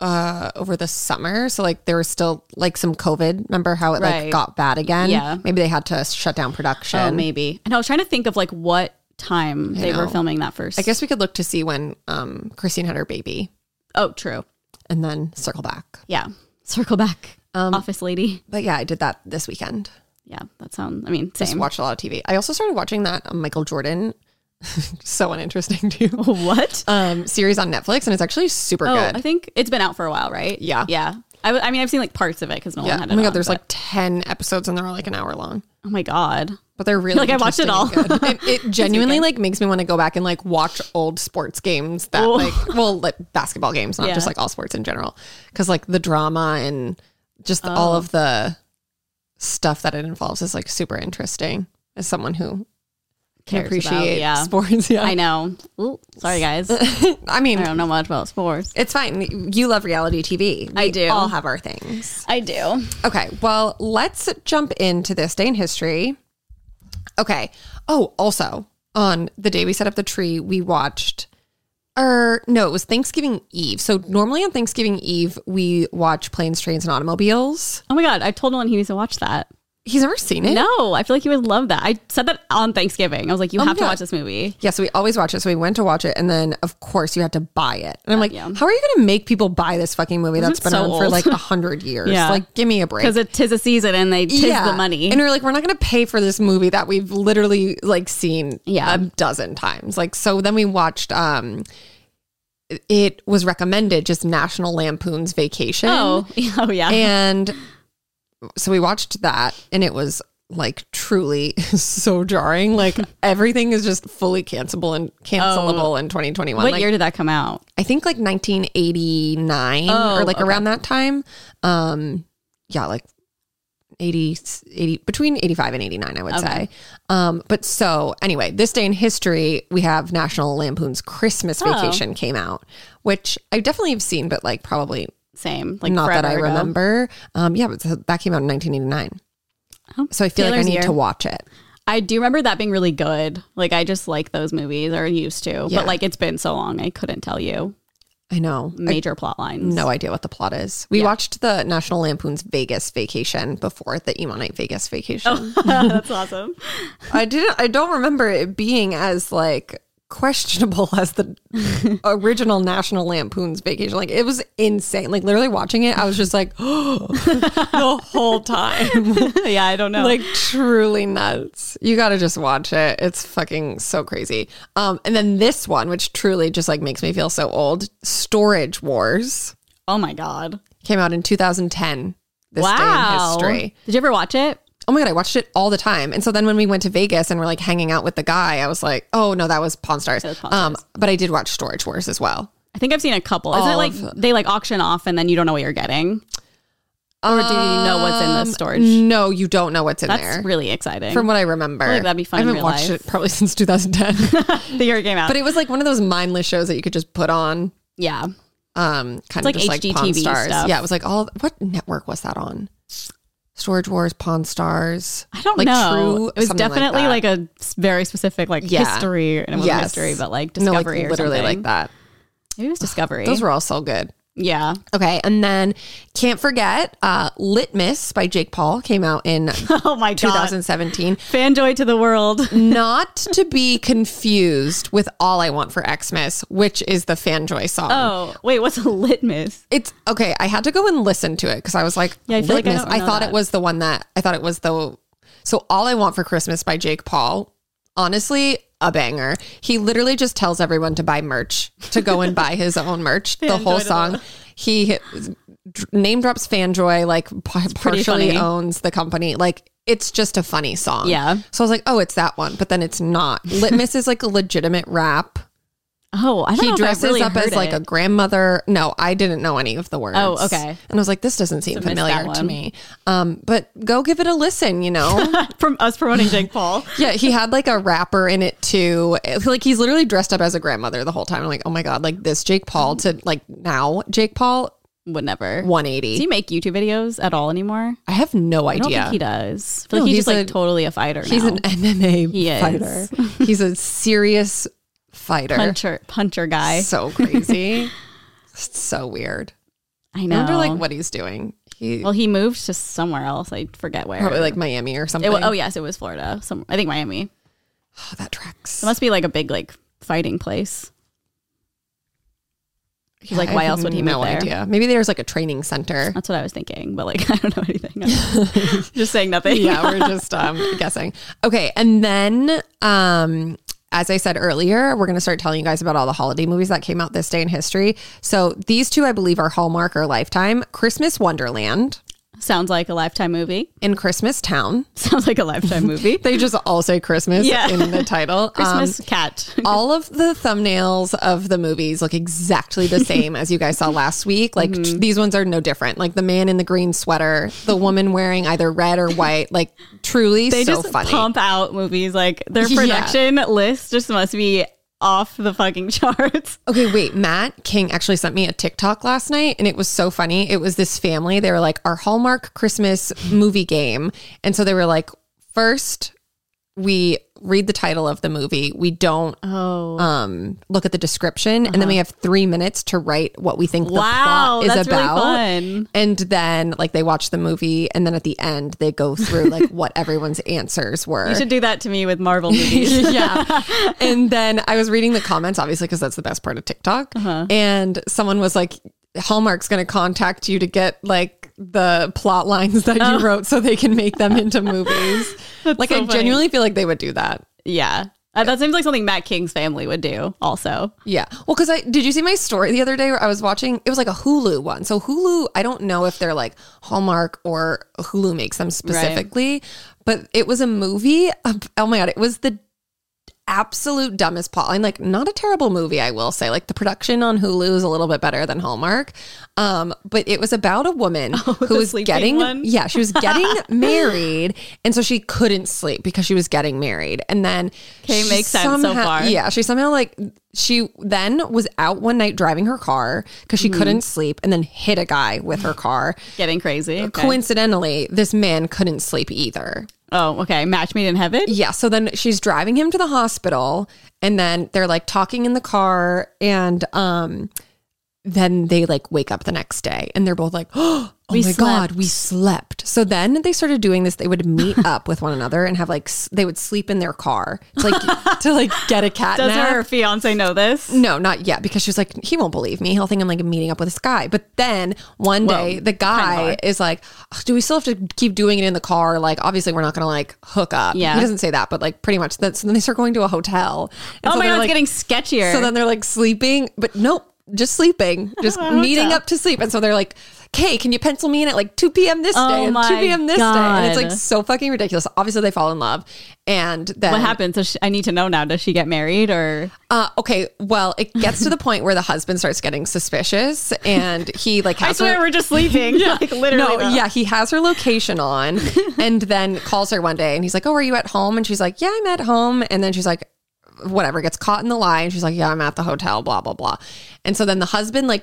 A: uh over the summer. So like there was still like some COVID. Remember how it
B: Right.
A: like got bad again?
B: Yeah.
A: Maybe they had to shut down production.
B: oh, maybe. And I was trying to think of like what time they were
A: know.
B: filming that first.
A: I guess we could look to see when um Christine had her baby
B: Oh, true.
A: and then circle back.
B: Yeah. Circle back.
A: Um,
B: Office lady.
A: But yeah, I did that this weekend.
B: Yeah, that sounds. I mean,
A: Just
B: same.
A: watched a lot of TV. I also started watching that um, Michael Jordan so uninteresting to you.
B: What?
A: Um, series on Netflix, and it's actually super
B: Oh,
A: good.
B: I think it's been out for a while, right?
A: Yeah.
B: Yeah. I, w- I mean, I've seen like parts of it because Nolan
A: yeah.
B: had it.
A: Oh my god,
B: on,
A: there's
B: but-
A: like ten episodes, and they're all like an hour long.
B: oh my god,
A: But they're really
B: Like, I watched it
A: interesting and
B: all.
A: good. It, it genuinely like makes me want to go back and like watch old sports games that like well like basketball games, not
B: Yeah.
A: just like all sports in general, because like the drama and just
B: Oh.
A: all of the stuff that it involves is like super interesting. As someone who can
B: Cares about-
A: appreciate
B: yeah.
A: sports, yeah,
B: I know. Ooh, sorry, guys. I
A: I mean,
B: don't know much about sports.
A: It's fine. You love reality TV.
B: I
A: We
B: do.
A: All have our things.
B: I do.
A: Okay. Well, let's jump into this day in history. Okay. Oh, also on the day we set up the tree, we watched. Or no, it was Thanksgiving Eve. So normally on Thanksgiving Eve we watch planes, trains, and automobiles.
B: Oh my god, I told Nolan he needs to watch that.
A: He's never seen it.
B: No, I feel like he would love that. I said that on Thanksgiving. I was like, you
A: Oh my
B: have to
A: God.
B: watch this movie.
A: Yeah, so we always watch it. So we went to watch it, and then of course you had to buy it. And I'm like,
B: yeah.
A: how are you going to make people buy this fucking movie that's been
B: so
A: on for
B: old.
A: like a hundred years?
B: Yeah.
A: Like, give me a break.
B: Because it tis a season and they tis the money.
A: And we're like, we're not going to pay for this movie that we've literally like seen
B: Yeah.
A: a dozen times. Like, so then we watched, um, it was recommended just National Lampoon's Vacation.
B: oh, oh yeah.
A: And so we watched that and it was like truly so jarring. Like everything is just fully cancelable and cancelable in 2021.
B: Oh. what
A: like,
B: year did that come out?
A: I think like 1989
B: Oh,
A: or like
B: okay.
A: around that time. Um, yeah, like 80, 80 between 85 and 89, I would say. Um, but so anyway, this day in history, we have National Lampoon's Christmas
B: Oh.
A: Vacation came out, which I definitely have seen, but like probably
B: Same. Like
A: not that I
B: forever ago.
A: remember. Um, yeah, but so that came out in 1989.
B: Oh,
A: So I feel like I
B: Taylor's
A: need
B: year.
A: to watch it.
B: I do remember that being really good. Like I just like those movies or used to.
A: Yeah.
B: But like it's been so long I couldn't tell you
A: I know. I
B: major plot lines.
A: no idea what the plot is. We watched the National Lampoon's Vegas Vacation before the Emonite Vegas Vacation.
B: That's awesome.
A: I didn't. I don't remember it being as like questionable as the original National Lampoon's Vacation. Like it was insane. Like literally watching it, I was just like, the whole time.
B: yeah, I don't know.
A: Like truly nuts. You got to just watch it. It's fucking so crazy. Um, and then this one, which truly just like makes me feel so old. Storage Wars
B: oh my god.
A: came out in 2010. This
B: wow.
A: day in history.
B: Did you ever watch it?
A: Oh my god, I watched it all the time. And so then when we went to Vegas and we're like hanging out with the guy, I was like, oh no, that was Pawn Stars.
B: was Pawn
A: Um, but I did watch Storage Wars as well.
B: I think I've seen a couple. Isn't it
A: All
B: like
A: of
B: they like auction off and then you don't know what you're getting? Or do you know what's in the storage?
A: No, you don't know what's in
B: That's
A: Um, there.
B: really exciting.
A: From what I remember,
B: like that'd be fun
A: I
B: in
A: haven't
B: real
A: watched
B: life.
A: it probably since 2010,
B: the year it came out.
A: but it was like one of those mindless shows that you could just put on.
B: yeah.
A: Um, kind
B: like
A: of just like Pawn
B: HGTV
A: Stars.
B: stuff.
A: Yeah, it was like all what network was that on? Storage Wars, Pawn Stars.
B: I don't
A: like
B: know.
A: True,
B: it was
A: something like
B: definitely
A: that.
B: like, a s- very specific like
A: Yeah.
B: history. And it wasn't
A: Yes.
B: history, but like
A: no, like
B: discovery or
A: literally
B: something.
A: like that.
B: Maybe it was discovery.
A: Those were all so good.
B: yeah.
A: Okay, and then can't forget uh, "Litmus" by Jake Paul came out in
B: Oh my god.
A: 2017.
B: Fanjoy to the world.
A: Not to be confused with "All I Want for Xmas," which is the Fanjoy song.
B: Oh, wait, what's a litmus?
A: It's okay. I had to go and listen to it because I was like,
B: Yeah, I feel like I
A: "Litmus."
B: don't
A: I,
B: know
A: thought
B: that.
A: it was the one that I thought it was the. So "All I Want for Christmas" by Jake Paul. Honestly, a banger. He literally just tells everyone to buy merch to go and buy his own merch. the whole song. He hit- dr- name drops Fanjoy, like p- partially
B: funny.
A: owns the company. Like it's just a funny song.
B: Yeah.
A: So I was like, oh, it's that one, but then it's not. Litmus is like a legitimate rap.
B: Oh, I don't know.
A: He
B: if I've
A: dresses
B: really
A: up as
B: heard
A: like
B: it.
A: a grandmother. No, I didn't know any of the words.
B: Oh, okay.
A: And I was like, this doesn't seem
B: missed that
A: familiar to
B: one.
A: me. Um, but go give it a listen, you know?
B: from us promoting Jake Paul.
A: yeah, he had like a rapper in it too. It- Like he's literally dressed up as a grandmother the whole time. I'm like, oh my God, like this Jake Paul to like now Jake Paul,
B: Would never. Does
A: 180.
B: he make YouTube videos at all anymore?
A: I have no
B: I don't
A: idea.
B: think he does. I feel
A: No,
B: like he's,
A: he's
B: just
A: a-
B: like totally a fighter
A: he's
B: now.
A: an MMA
B: He is.
A: fighter. he's a serious fighter.
B: puncher puncher guy.
A: So crazy. so weird.
B: I
A: I
B: know.
A: wonder like what he's doing. He
B: well, he moved to somewhere else. I forget where.
A: probably like Miami or something.
B: It wa- oh yes, it was Florida. Some I think Miami.
A: Oh, that tracks.
B: It must be like a big like fighting place.
A: Yeah,
B: like,
A: I
B: why
A: have
B: else would he
A: No
B: move there?
A: idea. Maybe there's like a training center.
B: That's what I was thinking, but like I don't know anything. I'm just saying nothing.
A: yeah, we're just um, guessing. Okay, and then um, as I said earlier, we're going to start telling you guys about all the holiday movies that came out this day in history. So these two, I believe, are Hallmark or Lifetime Christmas Wonderland
B: Sounds like a lifetime movie.
A: and Christmas Town.
B: Sounds like a lifetime movie.
A: They just all say Christmas
B: Yeah.
A: in the title. Um,
B: Christmas cat.
A: all of the thumbnails of the movies look exactly the same as you guys saw last week. Like
B: Mm-hmm.
A: t- these ones are no different. Like the man in the green sweater, the woman wearing either red or white. Like truly
B: They
A: so
B: just
A: funny.
B: pump out movies like their
A: Yeah.
B: production list just must be off the fucking charts.
A: Okay, wait. Matt King actually sent me a TikTok last night, and it was so funny. It was this family. They were like our Hallmark Christmas movie game, and so they were like, first we read the title of the movie. We don't
B: Oh. Uh-huh.
A: um look at the description and then we have three minutes to write what we think the
B: Wow,
A: plot is
B: that's really
A: about
B: fun.
A: and then like they watch the movie and then at the end they go through like what everyone's answers were
B: You should do that to me with Marvel movies.
A: yeah. And then I was reading the comments, obviously, because that's the best part of TikTok.
B: Uh-huh.
A: And someone was like, Hallmark's going to contact you to get like the plot lines that you wrote so they can make them into movies. like,
B: Oh. so
A: I
B: funny.
A: genuinely feel like they would do that.
B: yeah. Uh, that seems like something Matt King's family would do also.
A: Yeah. Well, because I did you see my story the other day where I was watching, it was like a Hulu one. So Hulu, I don't know if they're like Hallmark or Hulu makes them specifically, but it was a movie. of- Oh my God. It was the absolute dumbest plot line. Like, not a terrible movie, I will say. Like, the production on Hulu is a little bit better than Hallmark. Um, but it was about a woman who
B: Oh, the
A: was
B: sleeping
A: getting,
B: one?
A: yeah, she was getting married. And so she couldn't sleep because she was getting married. And then,
B: Okay,
A: she
B: makes sense so far.
A: Yeah, she somehow like she then was out one night driving her car because
B: Mm-hmm.
A: she couldn't sleep and then hit a guy with her car.
B: Getting crazy.
A: Uh,
B: Okay.
A: Coincidentally, this man couldn't sleep either.
B: oh, okay. Match made in heaven.
A: Yeah, so then she's driving him to the hospital and then they're like talking in the car and um then they like wake up the next day and they're both like, "Oh,
B: We
A: my god,
B: slept."
A: we slept." So then they started doing this. They would meet up with one another and have like s- they would sleep in their car to like to like get a cat
B: Does
A: nap.
B: her fiance know this?
A: No, not yet, because she was like, he won't believe me. He'll think I'm like meeting up with this guy. But then one day, the guy is like, "Ugh, do we still have to keep doing it in the car? Like, obviously, we're not going to like hook up.
B: Yeah.
A: He doesn't say that, but like pretty much that's, then they start going to a hotel. And
B: oh
A: so
B: my
A: they're,
B: god,
A: like-
B: it's getting sketchier.
A: So then they're like sleeping, but nope, just sleeping, just meeting up to sleep. And so they're like, Kay, can you pencil me in at like 2 p.m. this
B: Oh
A: day and 2
B: my
A: p.m. this day? And it's like
B: God.
A: so fucking ridiculous. Obviously, they fall in love. And then
B: what happens? So she, I need to know now. Does she get married or
A: Uh, okay, well, it gets to the point where the husband starts getting suspicious, and he like
B: I
A: has
B: swear
A: her.
B: we're just sleeping. Like literally.
A: No,
B: though.
A: yeah, he has her location on, and then calls her one day, and he's like, "Oh, are you at home?" And she's like, "Yeah, I'm at home." And then she's like, "Whatever." Gets caught in the lie, and she's like, "Yeah, I'm at the hotel." Blah blah blah. And so then the husband like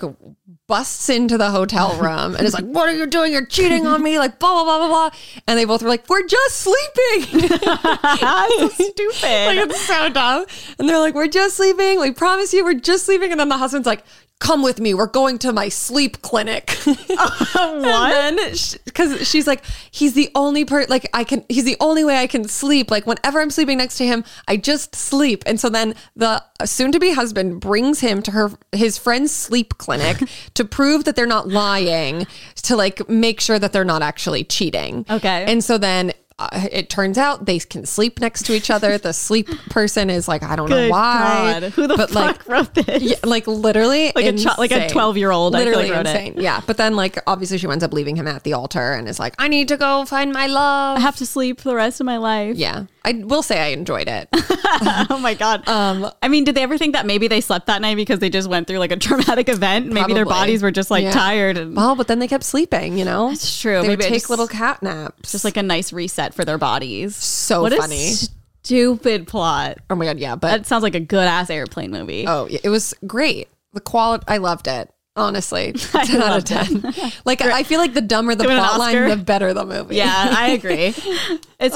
A: busts into the hotel room and is like, "What are you doing? You're cheating on me!" Like blah blah blah blah blah. And they both were like, "We're just sleeping."
B: That's so stupid.
A: Like, it's so dumb. And they're like, we're just sleeping. We promise you, we're just sleeping. And then the husband's like, come with me. We're going to my sleep clinic. And then, because she's like, he's the only part, like, I can, he's the only way I can sleep. Like, whenever I'm sleeping next to him, I just sleep. And so then the soon to be husband brings him to her, his friend's sleep clinic to prove that they're not lying, to like make sure that they're not actually cheating.
B: Okay.
A: And so then uh, it turns out they can sleep next to each other. The sleep person is like, I don't know
B: Good
A: why.
B: God. Who the
A: but
B: fuck wrote this?
A: Yeah, like literally
B: Like a chi- like a
A: insane.
B: 12-year-old, I feel
A: Literally
B: like, wrote it.
A: insane. Yeah. But then like obviously she winds up leaving him at the altar and is like, I need to go find my
B: I
A: love.
B: have to sleep for the rest of my life.
A: Yeah. I will say I enjoyed it.
B: Oh my god.
A: Um,
B: I mean, did they ever think that maybe they slept that night because they just went through like a traumatic event? Maybe their
A: Probably.
B: bodies were just like
A: Yeah.
B: tired and
A: well, but then they kept sleeping, you know?
B: That's true.
A: They would
B: Maybe it
A: take
B: just-
A: little cat naps.
B: just like a nice reset for their bodies.
A: So
B: what
A: funny.
B: A stupid plot.
A: oh my God. Yeah. But
B: That sounds like a good ass airplane movie.
A: Oh, yeah, it was great. The quality, I loved it. Honestly,
B: I
A: ten out of
B: loved
A: ten. like I feel like the dumber the
B: Doing an
A: plot line,
B: Oscar.
A: the better the movie.
B: Yeah, I agree. It's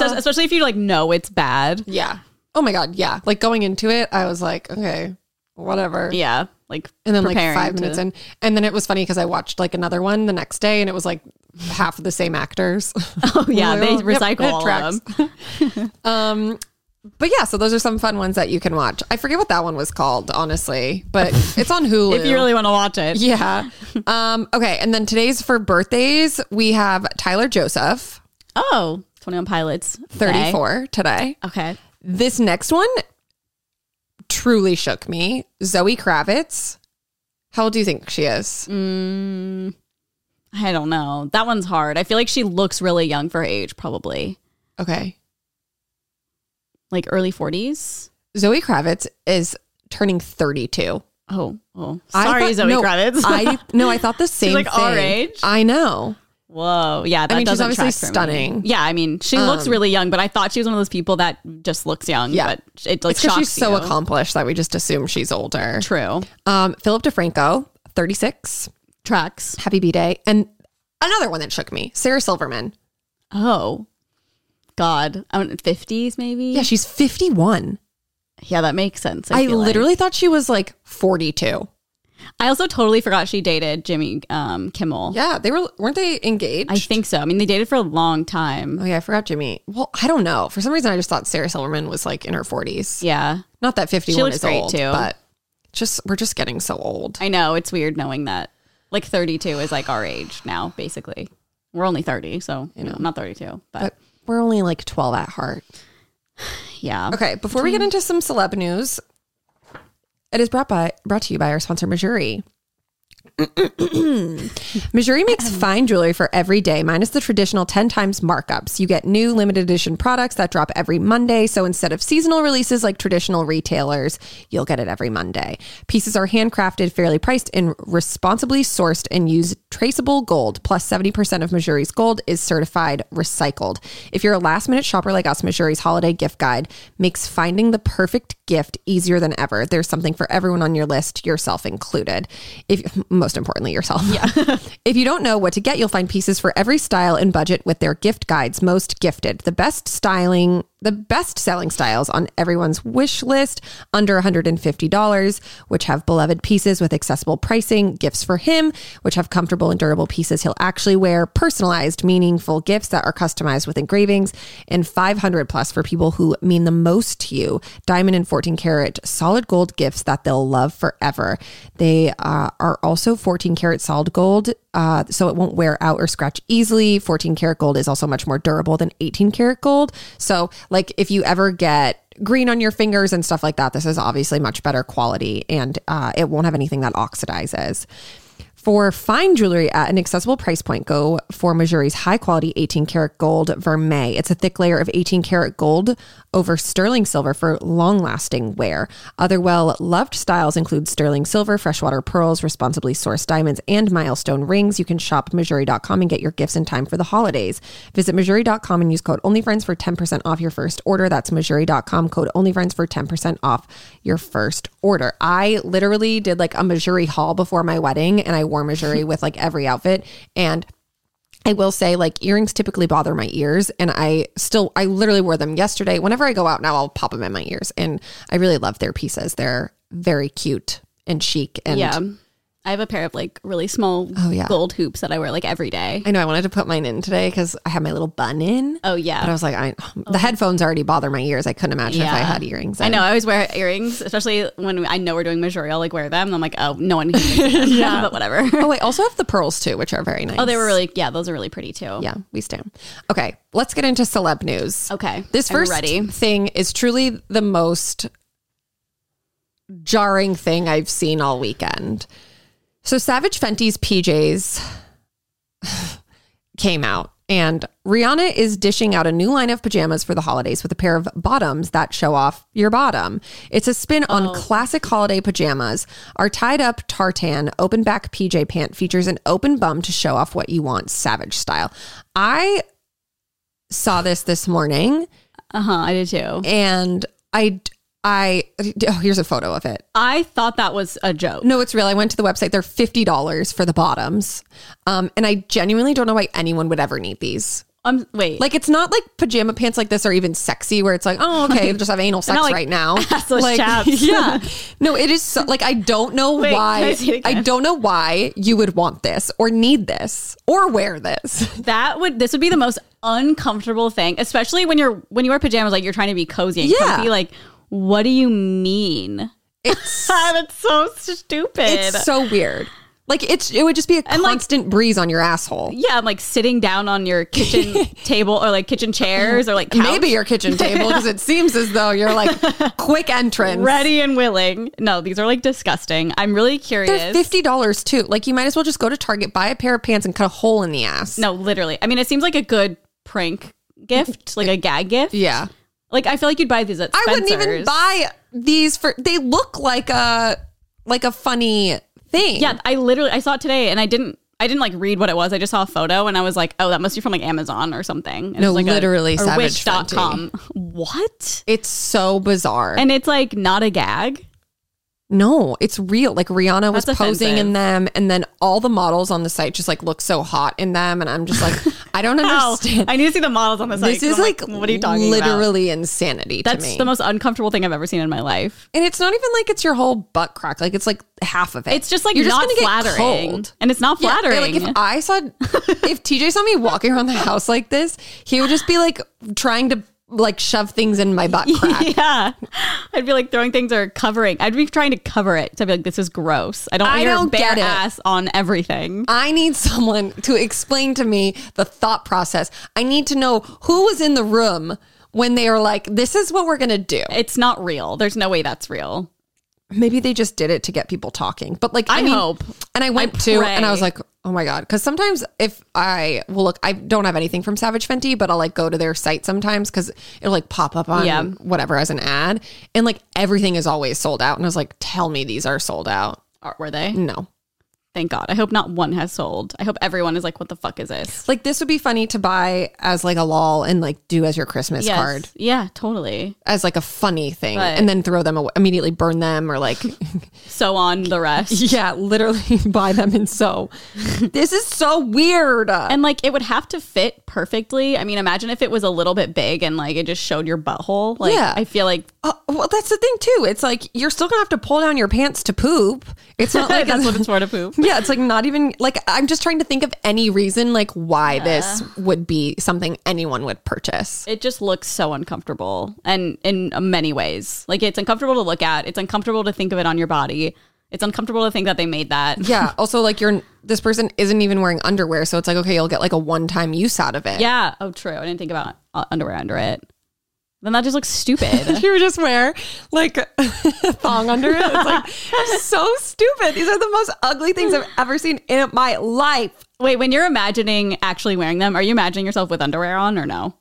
A: Uh.
B: just- especially if you like know it's bad.
A: yeah. Oh my god, yeah. Like going into it, I was like, okay, whatever.
B: Yeah, like
A: And then like
B: preparing
A: five
B: to-
A: minutes in, and then it was funny because I watched like another one the next day, and it was like half of the same actors.
B: Oh yeah, they
A: Yep,
B: recycle
A: that
B: all of
A: tracks.
B: them.
A: um, but yeah, so those are some fun ones that you can watch. I forget what that one was called, honestly, but it's on Hulu.
B: If you really want to watch it,
A: Yeah. Um, okay. And then today's for birthdays, we have Tyler Joseph,
B: oh, 21 Pilots, okay.
A: 34 today.
B: Okay,
A: This next one, truly shook me. Zoe Kravitz. How old do you think she is?
B: Mm, I don't know. That one's hard. I feel like she looks really young for her age, probably
A: Okay.
B: like early 40s.
A: Zoe Kravitz is turning 32.
B: Oh, oh,
A: I
B: sorry,
A: thought-
B: Zoe
A: no,
B: Kravitz.
A: I no, I thought the same
B: like,
A: thing.
B: our age?
A: I know.
B: Whoa, yeah, that
A: mean, she's
B: doesn't
A: obviously
B: track for me.
A: stunning. Um,
B: Yeah, I mean, she looks really young, but I thought she was one of those people that just looks young.
A: Yeah.
B: but it like
A: It's because
B: shocks
A: she's so
B: you.
A: accomplished that we just assume she's older.
B: True
A: Um, Philip DeFranco, 36.
B: tracks.
A: Happy B Day. And another one that shook me, Sarah Silverman.
B: Oh, God, fifties maybe.
A: Yeah, she's 51.
B: Yeah, that makes sense. I,
A: I
B: feel like.
A: literally thought she was like 42.
B: I also totally forgot she dated Jimmy um, Kimmel.
A: Yeah, they were weren't they engaged?
B: I think so. I mean, they dated for a long time.
A: Oh yeah, I forgot Jimmy. Well, I don't know. For some reason, I just thought Sarah Silverman was like in her 40s.
B: Yeah,
A: Not that 51
B: She looks
A: is
B: great,
A: old,
B: too.
A: but just we're just getting so old.
B: I know it's weird knowing that. Like thirty-two is like our age now, basically. We're only thirty, so you know, not thirty-two, but,
A: But we're only like 12 at heart. Mm-hmm.
B: yeah.
A: Okay, before we get into some celeb news, it is brought by brought to you by our sponsor Missouri. Missouri makes fine jewelry for every day, minus the traditional 10 times markups. You get new limited edition products that drop every Monday. So instead of seasonal releases like traditional retailers, you'll get it every Monday. Pieces are handcrafted, fairly priced, and responsibly sourced and use traceable gold. Plus, 70% of Missouri's gold is certified recycled. If you're a last minute shopper like us, Missouri's holiday gift guide makes finding the perfect gift easier than ever. There's something for everyone on your list, yourself included. If most importantly, yourself. Yeah. if you don't know what to get, you'll find pieces for every style and budget with their gift guides, most gifted, the best styling, the best selling styles on everyone's wish list under $150, which have beloved pieces with accessible pricing, gifts for him, which have comfortable and durable pieces he'll actually wear, personalized, meaningful gifts that are customized with engravings, and 500 plus for people who mean the most to you. Diamond and 14 karat solid gold gifts that they'll love forever. They uh, are also 14 karat solid gold, uh, so it won't wear out or scratch easily. 14 karat gold is also much more durable than 18 karat gold. So, like, if you ever get green on your fingers and stuff like that, this is obviously much better quality and uh, it won't have anything that oxidizes. For fine jewelry at an accessible price point, go for Missouri's high quality 18 karat gold vermeil. It's a thick layer of 18 karat gold over sterling silver for long lasting wear. Other well loved styles include sterling silver, freshwater pearls, responsibly sourced diamonds, and milestone rings. You can shop Missouri.com and get your gifts in time for the holidays. Visit Missouri.com and use code OnlyFriends for 10% off your first order. That's Missouri.com, code OnlyFriends for 10% off your first order. I literally did like a Missouri haul before my wedding and I wore Missouri with like every outfit. And I will say like earrings typically bother my ears and I still, I literally wore them yesterday. Whenever I go out now, I'll pop them in my ears. And I really love their pieces. They're very cute and chic. And
B: yeah. I have a pair of like really small
A: Oh, yeah.
B: gold hoops that I wear like every day.
A: I know I wanted to put mine in today because I had my little bun in. But
B: Oh
A: I
B: yeah. Oh.
A: was like, I, the headphones already bother my ears. I couldn't imagine if I
B: Yeah.
A: had earrings.
B: I know. I always wear earrings, especially when I know we're doing Missouri. I'll like wear them. I'm like, oh, no one. Can yeah, but whatever.
A: Oh, I also have the pearls too, which are very nice.
B: Oh, they were really. Yeah, those are really pretty too.
A: Yeah, we stand. Okay, let's get into celeb news.
B: Okay.
A: This
B: I'm
A: 1st
B: ready.
A: thing is truly the most jarring thing I've seen all weekend. So Savage Fenty's PJs came out and Rihanna is dishing out a new line of pajamas for the holidays with a pair of bottoms that show off your bottom. It's a spin
B: Oh.
A: on classic holiday pajamas. Our tied up tartan open back PJ pant features an open bum to show off what you want savage style. I saw this this morning
B: Uh huh. I did too.
A: and I I oh here's a photo of it.
B: I thought that was a joke.
A: No, it's real. I went to the website. They're fifty dollars for the bottoms, um, and I genuinely don't know why anyone would ever need these.
B: Um, wait.
A: Like, it's not like pajama pants like this are even sexy, where it's like, oh, okay, just have anal sex
B: not like
A: right now.
B: assless chaps.
A: yeah. No, it is so, like I don't know
B: Wait, can I
A: why.
B: see it again?
A: I don't know why you would want this or need this or wear this.
B: that would this would be the most uncomfortable thing, especially when you're when you wear pajamas. Like you're trying to be cozy and
A: Yeah.
B: comfy. Like, what do you mean?
A: It's Ah,
B: That's so stupid.
A: it's so weird. Like it's it would just be a
B: And, like-
A: constant breeze on your asshole.
B: Yeah, I'm like sitting down on your kitchen table or like kitchen chairs or like couch.
A: Maybe your kitchen table because it seems as though you're like quick entrance.
B: ready and willing. No, these are like disgusting. I'm really
A: They're
B: curious.
A: fifty dollars too. Like you might as well just go to Target, buy a pair of pants, and cut a hole in the ass.
B: No, literally. I mean, it seems like a good prank gift, like a gag gift.
A: Yeah,
B: Like I feel like you'd buy these at
A: I
B: Spencer's.
A: wouldn't even buy these for. They look like a like a funny thing.
B: Yeah, I literally I saw it today and I didn't I didn't like read what it was. I just saw a photo and I was like, oh, that must be from like Amazon or something. And
A: No,
B: it was, like
A: literally
B: a, or
A: Savage
B: Wish.com. What?
A: it's so bizarre.
B: And it's like not a gag.
A: No, it's real. Like Rihanna was
B: That's
A: posing
B: offensive.
A: in them, and then all the models on the site just like look so hot in them, and I'm just like, I don't
B: Oh,
A: understand.
B: I need to see the models on the
A: this
B: site. 'cause
A: is
B: I'm
A: like,
B: what are you talking about?
A: literally insanity
B: That's
A: to me.
B: the most uncomfortable thing I've ever seen in my life.
A: and it's not even like it's your whole butt crack. Like it's like half of it.
B: It's just like
A: You're
B: not
A: gonna get
B: flattering,
A: cold.
B: and it's not
A: Yeah,
B: flattering.
A: like if I saw, if TJ saw me walking around the house like this, he would just be like trying to like shove things in my butt crack.
B: yeah, I'd be like throwing things or covering. I'd be trying to cover it. So I'd be like, "This is gross. I don't want
A: I
B: your
A: don't
B: bare
A: get it."
B: ass on everything."
A: I need someone to explain to me the thought process. I need to know who was in the room when they are like, this is what we're going to do.
B: It's not real. There's no way that's real.
A: Maybe they just did it to get people talking. But like, I,
B: I
A: mean,
B: hope.
A: And I went
B: I
A: to, and I was
B: pray.
A: like, oh my God. Cause sometimes if I, well, look, I don't have anything from Savage Fenty, but I'll like go to their site sometimes because it'll like pop up on
B: Yeah.
A: whatever as an ad. And like everything is always sold out. And I was like, tell me these are sold out.
B: Or were they?
A: No.
B: Thank God. I hope not one has sold. I hope everyone is like, "What the fuck is this?"
A: Like this would be funny to buy as like a lol and like do as your Christmas
B: Yes.
A: card.
B: Yeah, totally.
A: as like a funny thing
B: Right.
A: and then throw them away, immediately burn them or like
B: So on the rest.
A: yeah literally buy them and sew this is so weird
B: And like it would have to fit perfectly. I mean, imagine if it was a little bit big and like it just showed your butthole. Like
A: Yeah.
B: I feel like
A: Uh, well that's the thing too it's like you're still gonna have to pull down your pants to poop it's not like
B: that's what it's for to poop.
A: yeah it's like not even like i'm just trying to think of any reason like why this would be something anyone would purchase
B: It just looks so uncomfortable and in many ways. Like it's uncomfortable to look at. It's uncomfortable to think of it on your body. It's uncomfortable to think that they made that.
A: yeah also like you're this person isn't even wearing underwear so it's like okay you'll get like a one-time use out of it
B: Yeah. Oh, true. I didn't think about uh, underwear under it. Then that just looks stupid.
A: you would just wear like a thong under it. It's like so stupid. These are the most ugly things I've ever seen in my life.
B: Wait, when you're imagining actually wearing them, are you imagining yourself with underwear on or no?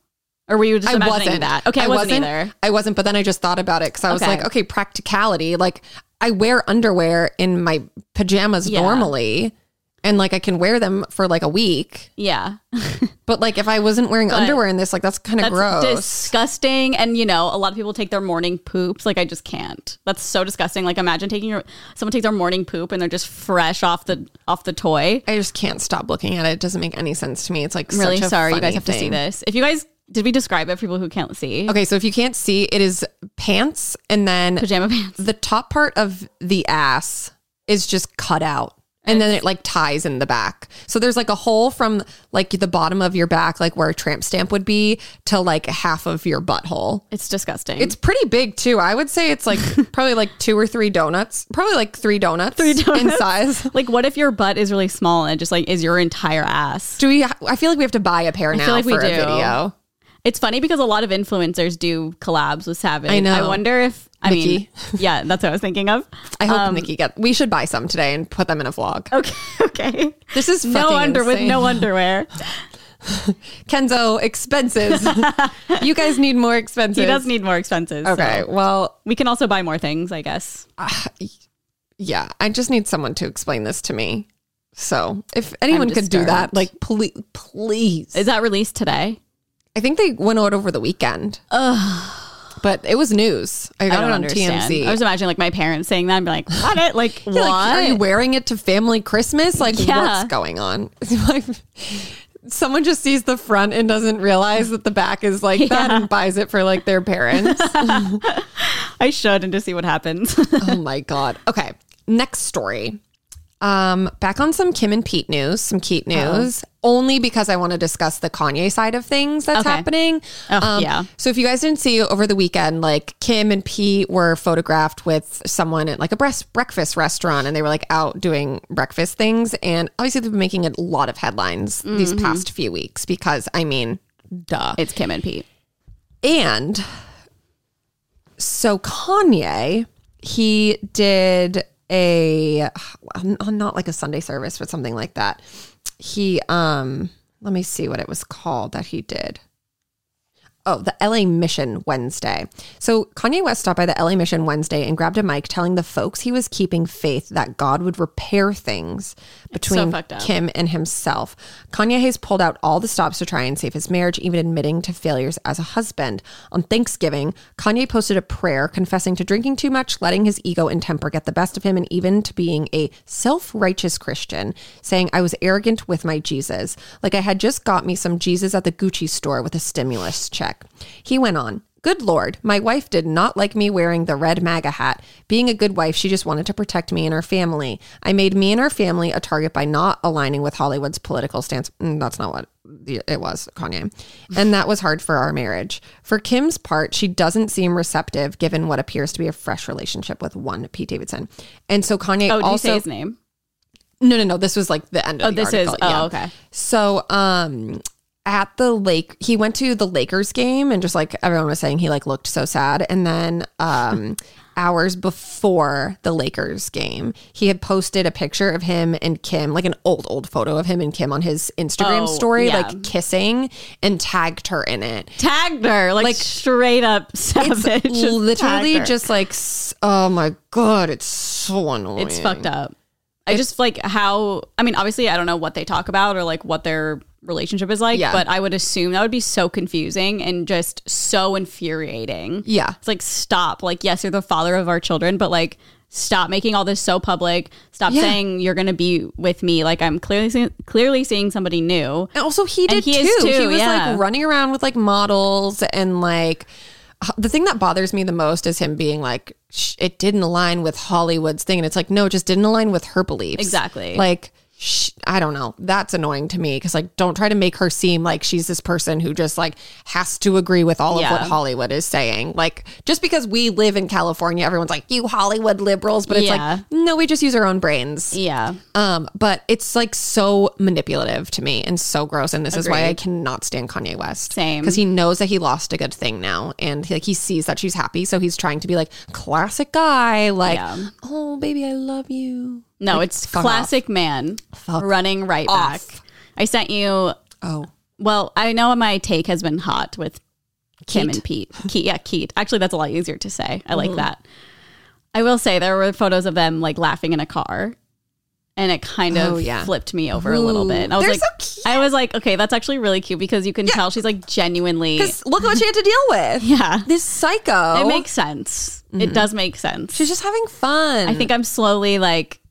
B: Or were you just
A: I
B: imagining
A: wasn't
B: that? Okay, I, wasn't, either.
A: I wasn't, but then I just thought about it because I was
B: Okay.
A: like, okay, practicality. Like I wear underwear in my pajamas
B: Yeah.
A: normally. And like I can wear them for like a week.
B: Yeah.
A: But like if I wasn't wearing underwear in this, like that's kind of
B: That's
A: gross.
B: disgusting. And you know, a lot of people take their morning poops. Like I just can't. That's so disgusting. Like imagine taking your someone takes their morning poop and they're just fresh off the off the toy.
A: I just can't stop looking at it. It doesn't make any sense to me. It's like
B: I'm really
A: such a
B: sorry you
A: funny
B: guys have to see
A: thing.
B: this. If you guys did we describe it for people who can't see?
A: Okay, so if you can't see, it is pants and then
B: Pajama pants.
A: the top part of the ass is just cut out and then it like ties in the back. So there's like a hole from like the bottom of your back, like where a tramp stamp would be, to like half of your butthole.
B: It's disgusting.
A: It's pretty big too. I would say it's like probably like two or three donuts, probably like three donuts, three
B: donuts.
A: in size.
B: like what if your butt is really small and it just like is your entire ass?
A: Do we? I feel like we have to buy a pair now
B: feel like
A: for
B: we
A: a
B: do.
A: video.
B: It's funny because a lot of influencers do collabs with Savage.
A: I know.
B: I wonder if I mean
A: Nikki.
B: Yeah, that's what I was thinking of.
A: I
B: Um,
A: hope Nikki get. We should buy some today and put them in a vlog.
B: Okay, okay.
A: This is
B: Uh, No
A: fucking
B: under with
A: insane.
B: no underwear.
A: Kenzo expenses. you guys need more expenses.
B: He does need more expenses.
A: Okay,
B: so.
A: well,
B: We can also buy more things, I guess.
A: yeah, I just need someone to explain this to me. So, if anyone could do that,
B: disturbed.
A: like, please, please.
B: Is that released today?
A: I think they went out over the weekend. But it was news. I got it on TMZ.
B: I was imagining like my parents saying that and be like, what it? Like,
A: Yeah,
B: what?
A: like, are you wearing it to family Christmas? Like,
B: Yeah.
A: what's going on? It's like, someone just sees the front and doesn't realize that the back is like that and buys it for like their parents.
B: I should and just see what happens.
A: oh my god. Okay. Next story. Um, back on some Kim and Pete news, some Keat news, only because I want to discuss the Kanye side of things that's
B: Okay.
A: happening. Um,
B: Oh, yeah.
A: So if you guys didn't see over the weekend, like Kim and Pete were photographed with someone at like a breast breakfast restaurant, and they were like out doing breakfast things, and obviously they've been making a lot of headlines these
B: Mm-hmm.
A: past few weeks because I mean, duh.
B: It's Kim and Pete.
A: And so Kanye, he did a I'm- I'm not like a Sunday service, but something like that. He um let me see what it was called that he did. Oh, the LA Mission Wednesday. So Kanye West stopped by the LA Mission Wednesday and grabbed a mic telling the folks he was keeping faith that God would repair things between
B: fucked up.
A: Kim and himself. Kanye has pulled out all the stops to try and save his marriage, even admitting to failures as a husband. On Thanksgiving, Kanye posted a prayer confessing to drinking too much, letting his ego and temper get the best of him, and even to being a self righteous Christian, saying, I was arrogant with my Jesus. Like I had just got me some Jesus at the Gucci store with a stimulus check. He went on. Good Lord, my wife did not like me wearing the red MAGA hat. Being a good wife, she just wanted to protect me and our family. I made me and our family a target by not aligning with Hollywood's political stance. Mm, that's not what it was, Kanye. And that was hard for our marriage. For Kim's part, she doesn't seem receptive given what appears to be a fresh relationship with one Pete Davidson. And so Kanye
B: Oh, did you
A: also.
B: say his name?
A: No, no, no. This was like the end of
B: Oh,
A: the
B: this
A: article.
B: is. Oh, okay.
A: So, um, at the lake, he went to the Lakers game, and just like everyone was saying, he like looked so sad. And then, um, hours before the Lakers game, he had posted a picture of him and Kim, like an old old photo of him and Kim on his Instagram
B: Oh,
A: story,
B: yeah.
A: like kissing, and tagged her in it.
B: Tagged her like, straight up savage.
A: It's literally
B: Tagged her.
A: just like, s- oh my god, it's so annoying.
B: It's fucked up. I just like how I mean, obviously I don't know what they talk about or like what their relationship is like,
A: Yeah.
B: but I would assume that would be so confusing and just so infuriating.
A: Yeah.
B: It's like stop. Like, yes, you're the father of our children, but like stop making all this so public. Stop
A: Yeah.
B: saying you're gonna be with me. Like I'm clearly see- clearly seeing somebody new.
A: And also, he did
B: he
A: too.
B: is too,
A: He was
B: yeah.
A: like running around with like models and like h- the thing that bothers me the most is him being like, "Sh- it didn't align with Hollywood's thing. And it's like, no, it just didn't align with her beliefs.
B: Exactly.
A: Like, sh- I don't know. That's annoying to me because like, don't try to make her seem like she's this person who just like has to agree with all
B: Yeah.
A: of what Hollywood is saying. Like, just because we live in California, everyone's like, you Hollywood liberals. But it's
B: Yeah.
A: like, no, we just use our own brains.
B: Yeah.
A: Um, but it's like so manipulative to me and so gross. And this is why I cannot stand Kanye West.
B: Same.
A: Because he knows that he lost a good thing now. And he, like he sees that she's happy. So he's trying to be like classic guy, like,
B: Yeah.
A: oh baby, I love you.
B: No, it's
A: fuck
B: classic man running right back. I sent you
A: Oh.
B: Well, I know my take has been hot with Kim and Pete. Keat, yeah, Keat. Actually, that's a lot easier to say. I
A: Mm-hmm.
B: like that. I will say there were photos of them like laughing in a car, and it kind of
A: Oh, yeah.
B: flipped me over a little bit. I was
A: They're
B: like,
A: so cute.
B: I was like, okay, that's actually really cute because you can tell she's like genuinely.
A: Look at what she had to deal with.
B: Yeah,
A: This psycho.
B: it makes sense. It does make sense.
A: Oh. Mm-hmm. she's just having fun.
B: I think I'm slowly like,